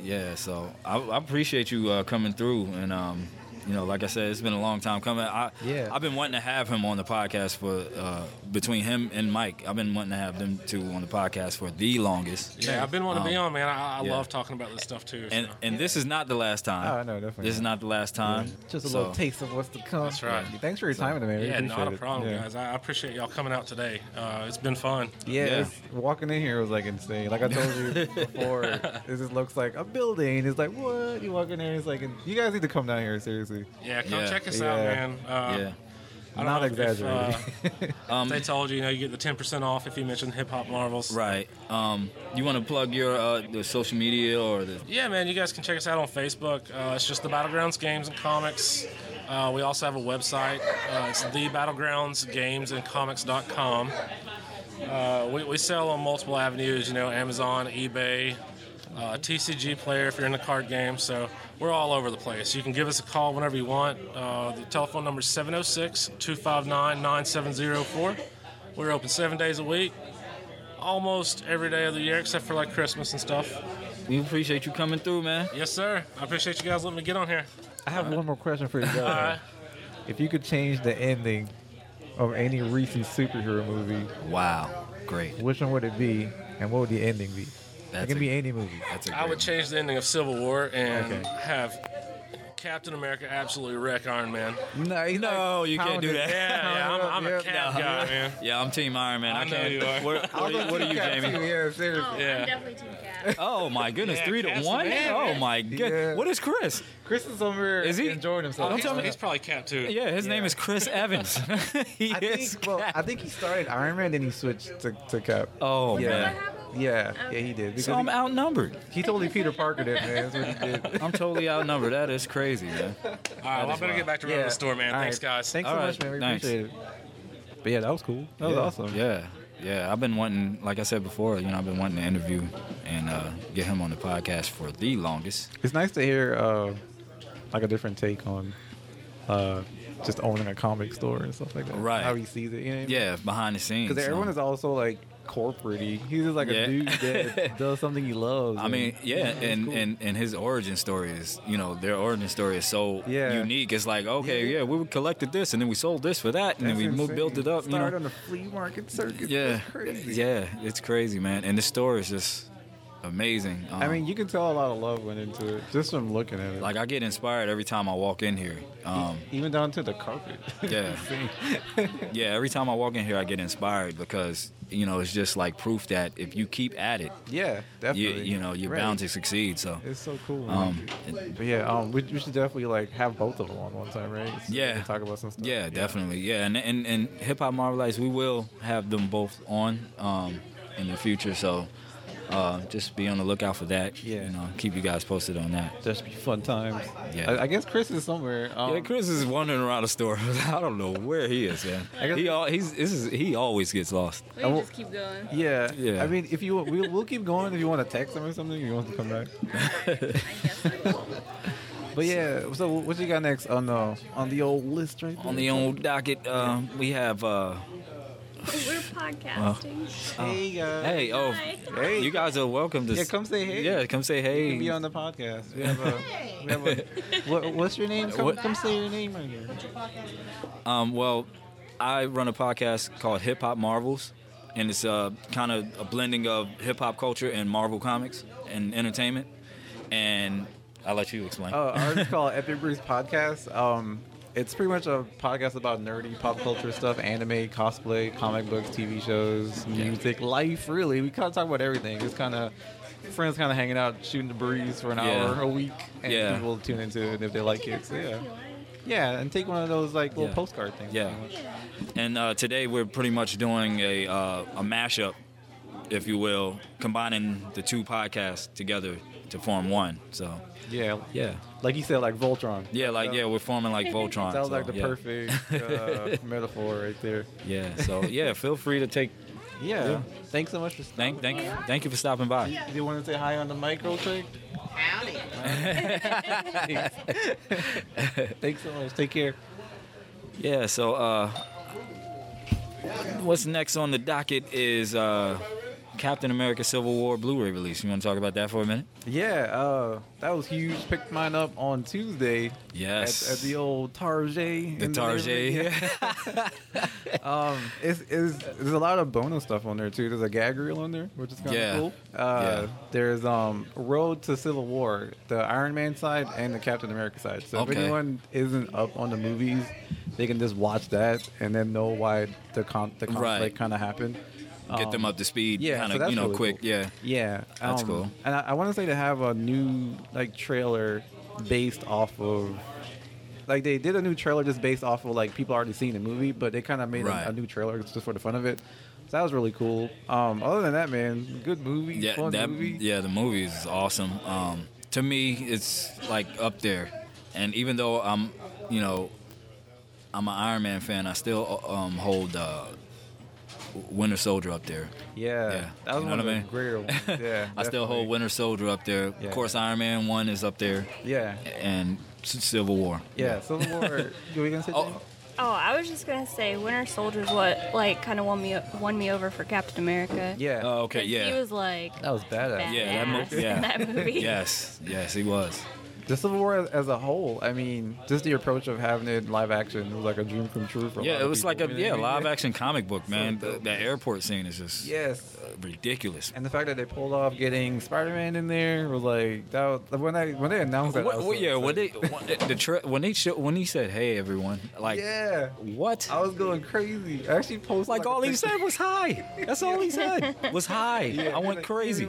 Yeah, so I, I appreciate you uh, coming through and um, you know, like I said, it's been a long time coming. I, Yeah. I've been wanting to have him on the podcast for uh, between him and Mike. I've been wanting to have them two on the podcast for the longest. Yeah, I've been wanting to be Um, on, man. I, I yeah. love talking about this stuff too. And and this is not the last time. Oh, no, definitely This is not. not the last time. Just a So- little taste of what's to come. That's right. Thanks for your time today, man. We Yeah, appreciate not a it. problem, Yeah. guys. I I appreciate y'all coming out today. Uh, it's been fun. Yeah, it's- walking in here was like insane. Like I told you before, it just looks like a building. It's like what you walk in there. It's like you guys need to come down here seriously. Yeah, come check us out, man. Uh, I don't Not know if- exaggerating. If, uh, if they told you, you know, you get the ten percent off if you mention Hip Hop Marvels. Right. Um, you want to plug your uh, the social media or the Yeah, man, you guys can check us out on Facebook. Uh, it's just the Battlegrounds Games and Comics. Uh, we also have a website. Uh, it's the Battlegrounds Games and Comics.com. Uh, we, we sell on multiple avenues, you know, Amazon, eBay, uh, TCG Player if you're in the card game. So we're all over the place. You can give us a call whenever you want. Uh, the telephone number is 706 259 9704. We're open seven days a week, almost every day of the year except for like Christmas and stuff. We appreciate you coming through, man. Yes, sir. I appreciate you guys letting me get on here. [laughs] I have one more question for you guys. Alright. If you could change the ending of any recent superhero movie, wow, great. Which one would it be, and what would the ending be? That's it can a- be any movie. That's I would change the ending of Civil War and Okay. have Captain America absolutely wreck Iron Man. No, no, you can't do that. Yeah, yeah, I'm, I'm a cap guy, man. Yeah, I'm Team Iron Man. I, I know can't. you are. [laughs] What, I'll what, go what are Team you, Cap Jamie? too, yeah, seriously. Oh, I'm Yeah. definitely Team Cat. [laughs] Oh my goodness, Yeah, three to Cap's the one. man, oh man. my god, Yeah. what is Chris? Chris is over. Is he enjoying himself? Don't he's, tell me. he's probably Cap too. Yeah, his name is Chris Evans. [laughs] he [laughs] I is. think, well, I think he started Iron Man, then he switched to, to Cap. Oh yeah. man. Yeah, yeah, he did. So I'm he, outnumbered. he totally Peter Parker did, man. That's what he [laughs] did. I'm totally outnumbered. That is crazy, man. All right, well, I better get back to running Yeah. the store, man. All Thanks, right. guys. Thanks so much, man. We thanks. appreciate it. But yeah, that was cool. That was yeah. awesome. Yeah, yeah. I've been wanting, like I said before, you know, I've been wanting to interview and uh, get him on the podcast for the longest. It's nice to hear uh, like a different take on uh, just owning a comic store and stuff like that. Right. How he sees it. You know what I mean? Yeah, behind the scenes. Because everyone so- is also like corporate-y. He's just like Yeah. a dude [laughs] that does something he loves. I mean, and- yeah, it's and, cool. and and his origin story is, you know, their origin story is so Yeah. unique. It's like, okay, yeah, we collected this, and then we sold this for that, and That's then we mo- insane. built it up. You Started know, on the flea market circuit. yeah, That's crazy. yeah, it's crazy, man. And the story is just amazing. I Um, mean, you can tell a lot of love went into it just from looking at it. like I get inspired every time I walk in here. Um, Even down to the carpet. [laughs] yeah. yeah, every time I walk in here, I get inspired because you know it's just like proof that if you keep at it, yeah, you, definitely. you know you're Right. bound to succeed. So It's so cool. um, but yeah, um, we, we should definitely like have both of them on one time, right? So we Yeah. can talk about some stuff. yeah, definitely, yeah, and and, and hip hop marvelites, we will have them both on um, in the future. So uh, just be on the lookout for that. Yeah, you know, keep you guys posted on that. Just be fun times. Yeah. I, I guess Chris is somewhere. Um, yeah, Chris is wandering around the store. [laughs] I don't know where he is, man. I guess- He all, he's this is he always gets lost. We I can will- just keep going. Yeah. Yeah. I mean, if you we, we'll keep going if you want to text him or something, if you want to [laughs] come back. but yeah, so what you got next on the on the old list right there? On the old docket, uh, we have. Uh, [laughs] We're podcasting. Hey guys. Hey, oh, Hi. Hey. you guys are welcome to. Yeah, come say hey. Yeah, come say hey. You can be on the podcast. We have a, we have a, what, what's your name? Come, What- come say your name right here. Um, well, I run a podcast called Hip Hop Marvels, and it's uh, kind of a blending of hip hop culture and Marvel comics and entertainment. And I'll let you explain. Oh, ours is called Epic Brews Podcast. Um, it's pretty much a podcast about nerdy pop culture stuff, anime, cosplay, comic books, TV shows, music, life. Really, we kind of talk about everything. Just kind of friends, kind of hanging out, shooting the breeze for an Yeah. hour a week, and Yeah. people tune into it if they like it. So, yeah, yeah, and take one of those like little Yeah. postcard things. Yeah. And uh, today we're pretty much doing a, uh, a mashup, if you will, combining the two podcasts together to form one. So, Yeah, yeah. like you said, like Voltron. Yeah, like, yeah, we're forming like Voltron. Sounds so, like the yeah. perfect uh, [laughs] metaphor right there. Yeah, [laughs] so, yeah, feel free to take. Yeah. Yeah. Thanks so much for Thank, thank, thank you for stopping by. Do you want to say hi on the mic real quick? [laughs] Thanks so much. Take care. Yeah, so uh, what's next on the docket is uh, Captain America Civil War Blu-ray release. You want to talk about that for a minute? Yeah, uh, that was huge. Picked mine up on Tuesday. Yes. At, at the old Target. The in Target. neighborhood. [laughs] Yeah. [laughs] um, it's, it's, there's a lot of bonus stuff on there too. There's a gag reel on there, which is kind of Yeah. cool. Uh, Yeah. There's um, Road to Civil War, the Iron Man side and the Captain America side. So if Okay. anyone isn't up on the movies, they can just watch that and then know why the con- the conflict Right. kind of happened. Get them Um, up to speed. yeah, kinda, so that's you know, really quick. cool. Yeah. Yeah, That's um, cool. And I, I want to say they have a new like trailer based off of like they did a new trailer just based off of like people already seen the movie, but they kind of made a- Right. a, new trailer just for the fun of it. So that was really cool. Um, other than that, man, good movie, Yeah, fun that movie. yeah, the movie is awesome. Um, to me, it's like up there. And even though I'm, you know, I'm an Iron Man fan, I still um, hold uh, Winter Soldier up there. Yeah, that was you know what one of I the mean? [laughs] greater ones. Yeah, I still definitely. hold Winter Soldier up there. Yeah. Of course, Iron Man One is up there. Yeah. and C- Civil War. Yeah, [laughs] Civil War. you were gonna say? something? Oh, I was just gonna say, Winter Soldier's what like kind of won me won me over for Captain America. Yeah. Oh, okay. Yeah. He was [laughs] like That was badass. yeah, that mo- [laughs] in yeah. that movie. yes, yes, he was. The Civil War as- as a whole, I mean, just the approach of having it in live action it was like a dream come true for a lot Yeah, it of was people, like a you know what I yeah mean? live action comic book man. The, the airport scene is just Yes. uh, ridiculous. And the fact that they pulled off getting Spider-Man in there was like that. Was, when I when they announced that, I What- was what- so yeah, when they excited. when, the tra- when they sho- when he said hey everyone like yeah, what? I was going crazy. I actually posted Like, a all he picture. said was hi. That's all he [laughs] said was hi. [laughs] I went crazy.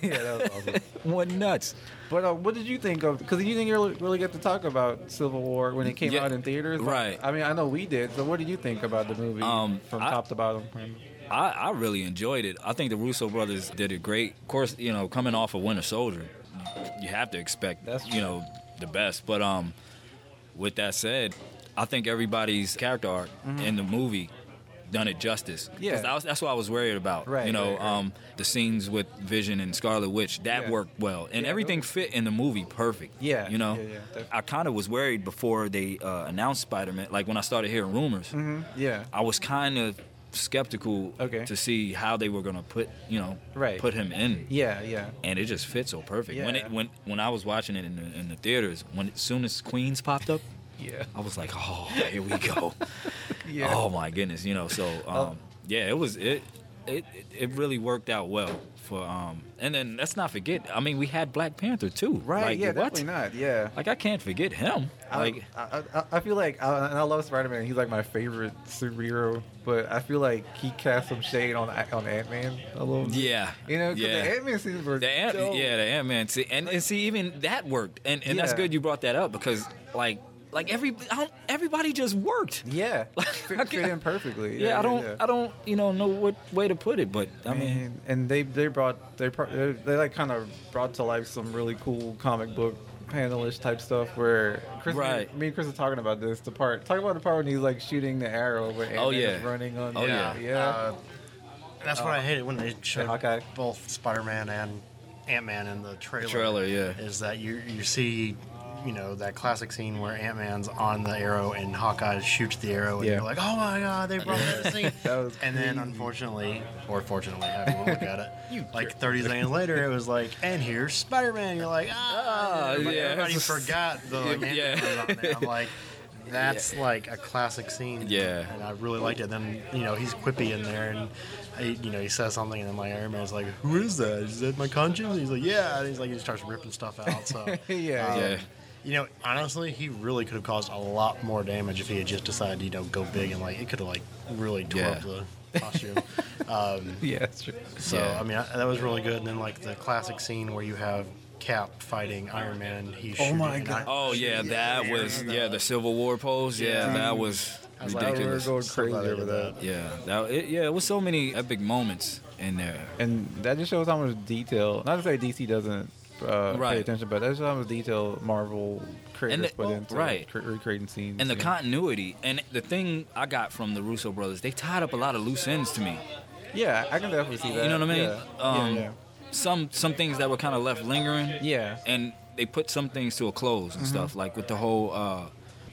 yeah, that was awesome. went nuts. But uh, what did you think of? Because you didn't really, really get to talk about Civil War when it came Yeah, out in theaters, Like, right. I mean, I know we did. So what did you think about the movie Um, from I- Hmm? top to bottom? I, I really enjoyed it. I think the Russo brothers did it great. Of course, you know, coming off of Winter Soldier, you have to expect you know the best. But um, with that said, I think everybody's character arc in the movie done it justice. 'Cause Mm-hmm. Yeah. that was- that's what I was worried about. Right, you know, right, right. Um, the scenes with Vision and Scarlet Witch that Yeah. worked well, and Yeah, everything fit in the movie perfect. Yeah, you know, yeah, yeah, definitely. I kind of was worried before they uh, announced Spider Man. Like when I started hearing rumors. hmm Yeah. I was kind of skeptical Okay. to see how they were gonna put you know Right. put him in. Yeah, yeah. And it just fit so perfect. When Yeah. it when when I was watching it in the, in the theaters, when as soon as Queens popped up, Yeah. I was like, oh, here we go. [laughs] Yeah. Oh. Oh my goodness, you know. So um, yeah, it was it, it it really worked out well for um. And then let's not forget. I mean, we had Black Panther too. Right. Like, yeah. what? Definitely not. Yeah. Like I can't forget him. like I, I, I feel like, I, and I love Spider Man. He's like my favorite superhero, but I feel like he cast some shade on on Ant Man a little. bit. Yeah, you know, 'cause yeah. the Ant Man scenes were The Ant, dope. yeah, the Ant Man. See, and, and see, even that worked, and and that's Yeah. good you brought that up because like like every I don't, everybody just worked. [laughs] yeah, fit, fit in perfectly. Yeah, I don't yeah. I don't you know know what way to put it, but I mean, Man, and they they brought they pro- they, they like kind of brought to life some really cool comic book panelish type stuff where Chris Right. me, and Chris are talking about this the part talk about the part when he's like shooting the arrow but Ant-Man Oh, is yeah. running on Oh, yeah yeah. yeah Uh, That's what I hated when they showed Hawkeye. [laughs] both Spider-Man and Ant-Man in the trailer. Trailer, yeah. Is that you? You see, you know, that classic scene where Ant-Man's on the arrow and Hawkeye shoots the arrow, and Yeah. you're like, "Oh my God, they brought that scene!" That was and then, crazy. unfortunately, or fortunately, however you look at it, like 30 seconds later, it was like, "And here's Spider-Man." You're like, "Ah!" Ah, everybody, yeah. everybody forgot the like, Yeah. Ant-Man was on there. I'm like. That's like a classic scene. Yeah. And I really liked it. Then, you know, he's quippy in there and, I, you know, he says something and then my Iron Man's like, who is that? Is that my conscience? And he's like, yeah. And he's like, he starts ripping stuff out. [laughs] So, Yeah, yeah. You know, honestly, he really could have caused a lot more damage if he had just decided, you know, go big and like, it could have like really tore up Yeah. the costume. um, yeah that's true so, Yeah. I mean, I, that was really good. And then like the classic scene where you have Cap fighting Iron Man. He's Oh my shooting an God. iron- oh yeah, that was yeah the Civil War pose. Yeah, Yeah. that was I was like, "Oh, we were ridiculous. going So crazy glad they did over that. yeah, that it, yeah, it was so many epic moments in there. and that just shows how much detail. Not to say DC doesn't uh, Right. pay attention, but that's how much detail Marvel creators the- put into right. cre- recreating scenes. and the you know? continuity and the thing I got from the Russo brothers, they tied up a lot of loose ends to me. yeah, I can definitely see that. You know what I mean? Yeah, Um, yeah, yeah. Some some things that were kind of left lingering. Yeah. And they put some things to a close and stuff, like with the whole uh,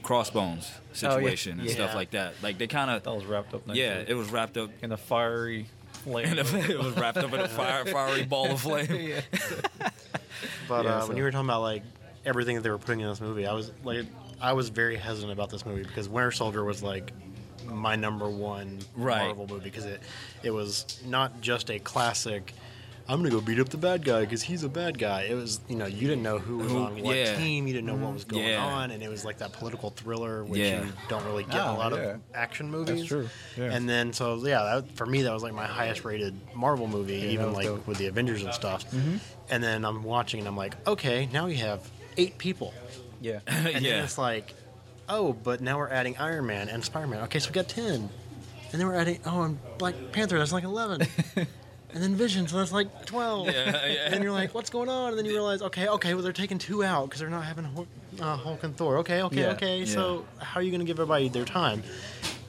crossbones situation and Yeah. stuff like that. Like they kind that of [laughs] was wrapped up. Nicely. yeah, it was wrapped up. [laughs] in a fiery flame. And [laughs] it was wrapped up in a fire, fiery ball of flame. [laughs] Yeah. But Yeah, uh, so- when you were talking about like everything that they were putting in this movie, I was like, I was very hesitant about this movie because Winter Soldier was like my number one Right. Marvel movie because it it was not just a classic. I'm gonna go beat up the bad guy because he's a bad guy. It was you know you didn't know who was Who- on what yeah. Mm-hmm. team, you didn't know what was going Yeah. on, and it was like that political thriller which Yeah. you don't really get in Ah, a lot yeah. of action That's movies. true. Yeah. And then so yeah, that, for me that was like my highest rated Marvel movie, Yeah, that even was like dope. Mm-hmm. with the Avengers and stuff. And then I'm watching and I'm like, okay, now we have eight people. Yeah. [laughs] And Yeah. then it's like, oh, but now we're adding Iron Man and Spider Man. Okay, so we got 10. And then we're adding, oh, and Black Panther, that's [laughs] like 11. and then Vision, so that's like 12. Yeah, yeah. And you're like, what's going on? And then you realize, okay, okay, well, they're taking two out because they're not having Hul- uh, Hulk and Thor. Okay, okay, Yeah, okay. yeah. So how are you going to give everybody their time?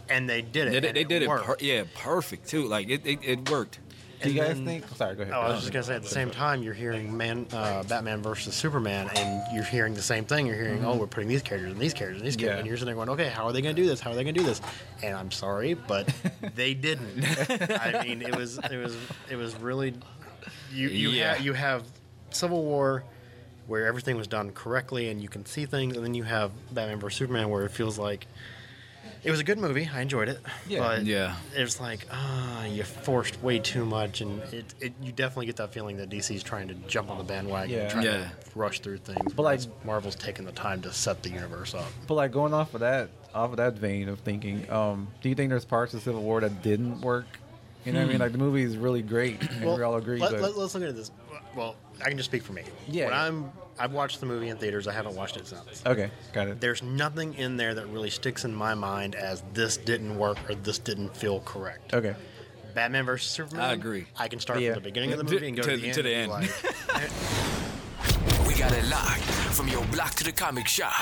And they did it. They, and they did it, worked. per- yeah, perfect too. Like it, it, it worked. And then- Oh, I was just gonna say at the same time, you're hearing Man, uh, Batman versus Superman, and you're hearing the same thing. You're hearing, Mhm. oh, we're putting these characters and these characters and these characters, Yeah. and you're sitting there going, okay, how are they gonna do this? How are they gonna do this? And I'm [laughs] sorry, but they didn't. I mean, it was it was it was really you you Yeah. ha- you have Civil War. Where everything was done correctly and you can see things, and then you have Batman vs Superman, where it feels like it was a good movie. I enjoyed it, Yeah. but Yeah. it's like ah, you forced way too much, and it, it you definitely get that feeling that DC's trying to jump on the bandwagon, Yeah. and trying Yeah. to rush through things. But like Marvel's taking the time to set the universe up. But like going off of that, off of that vein of thinking, um, do you think there's parts of Civil War that didn't work? You know what I mean? Hmm. Like the movie is really great, and we all agree. Let, but let, us look at this. Well, I can just speak for me. Yeah. When I'm I've watched the movie in theaters. I haven't watched it since. okay, got it. There's nothing in there that really sticks in my mind as this didn't work or this didn't feel correct. Okay, Batman versus Superman. I agree. I can start Yeah. from the beginning of the To- movie and go to, to- the end. to the and be end. like, We got it locked from your block to the comic shop.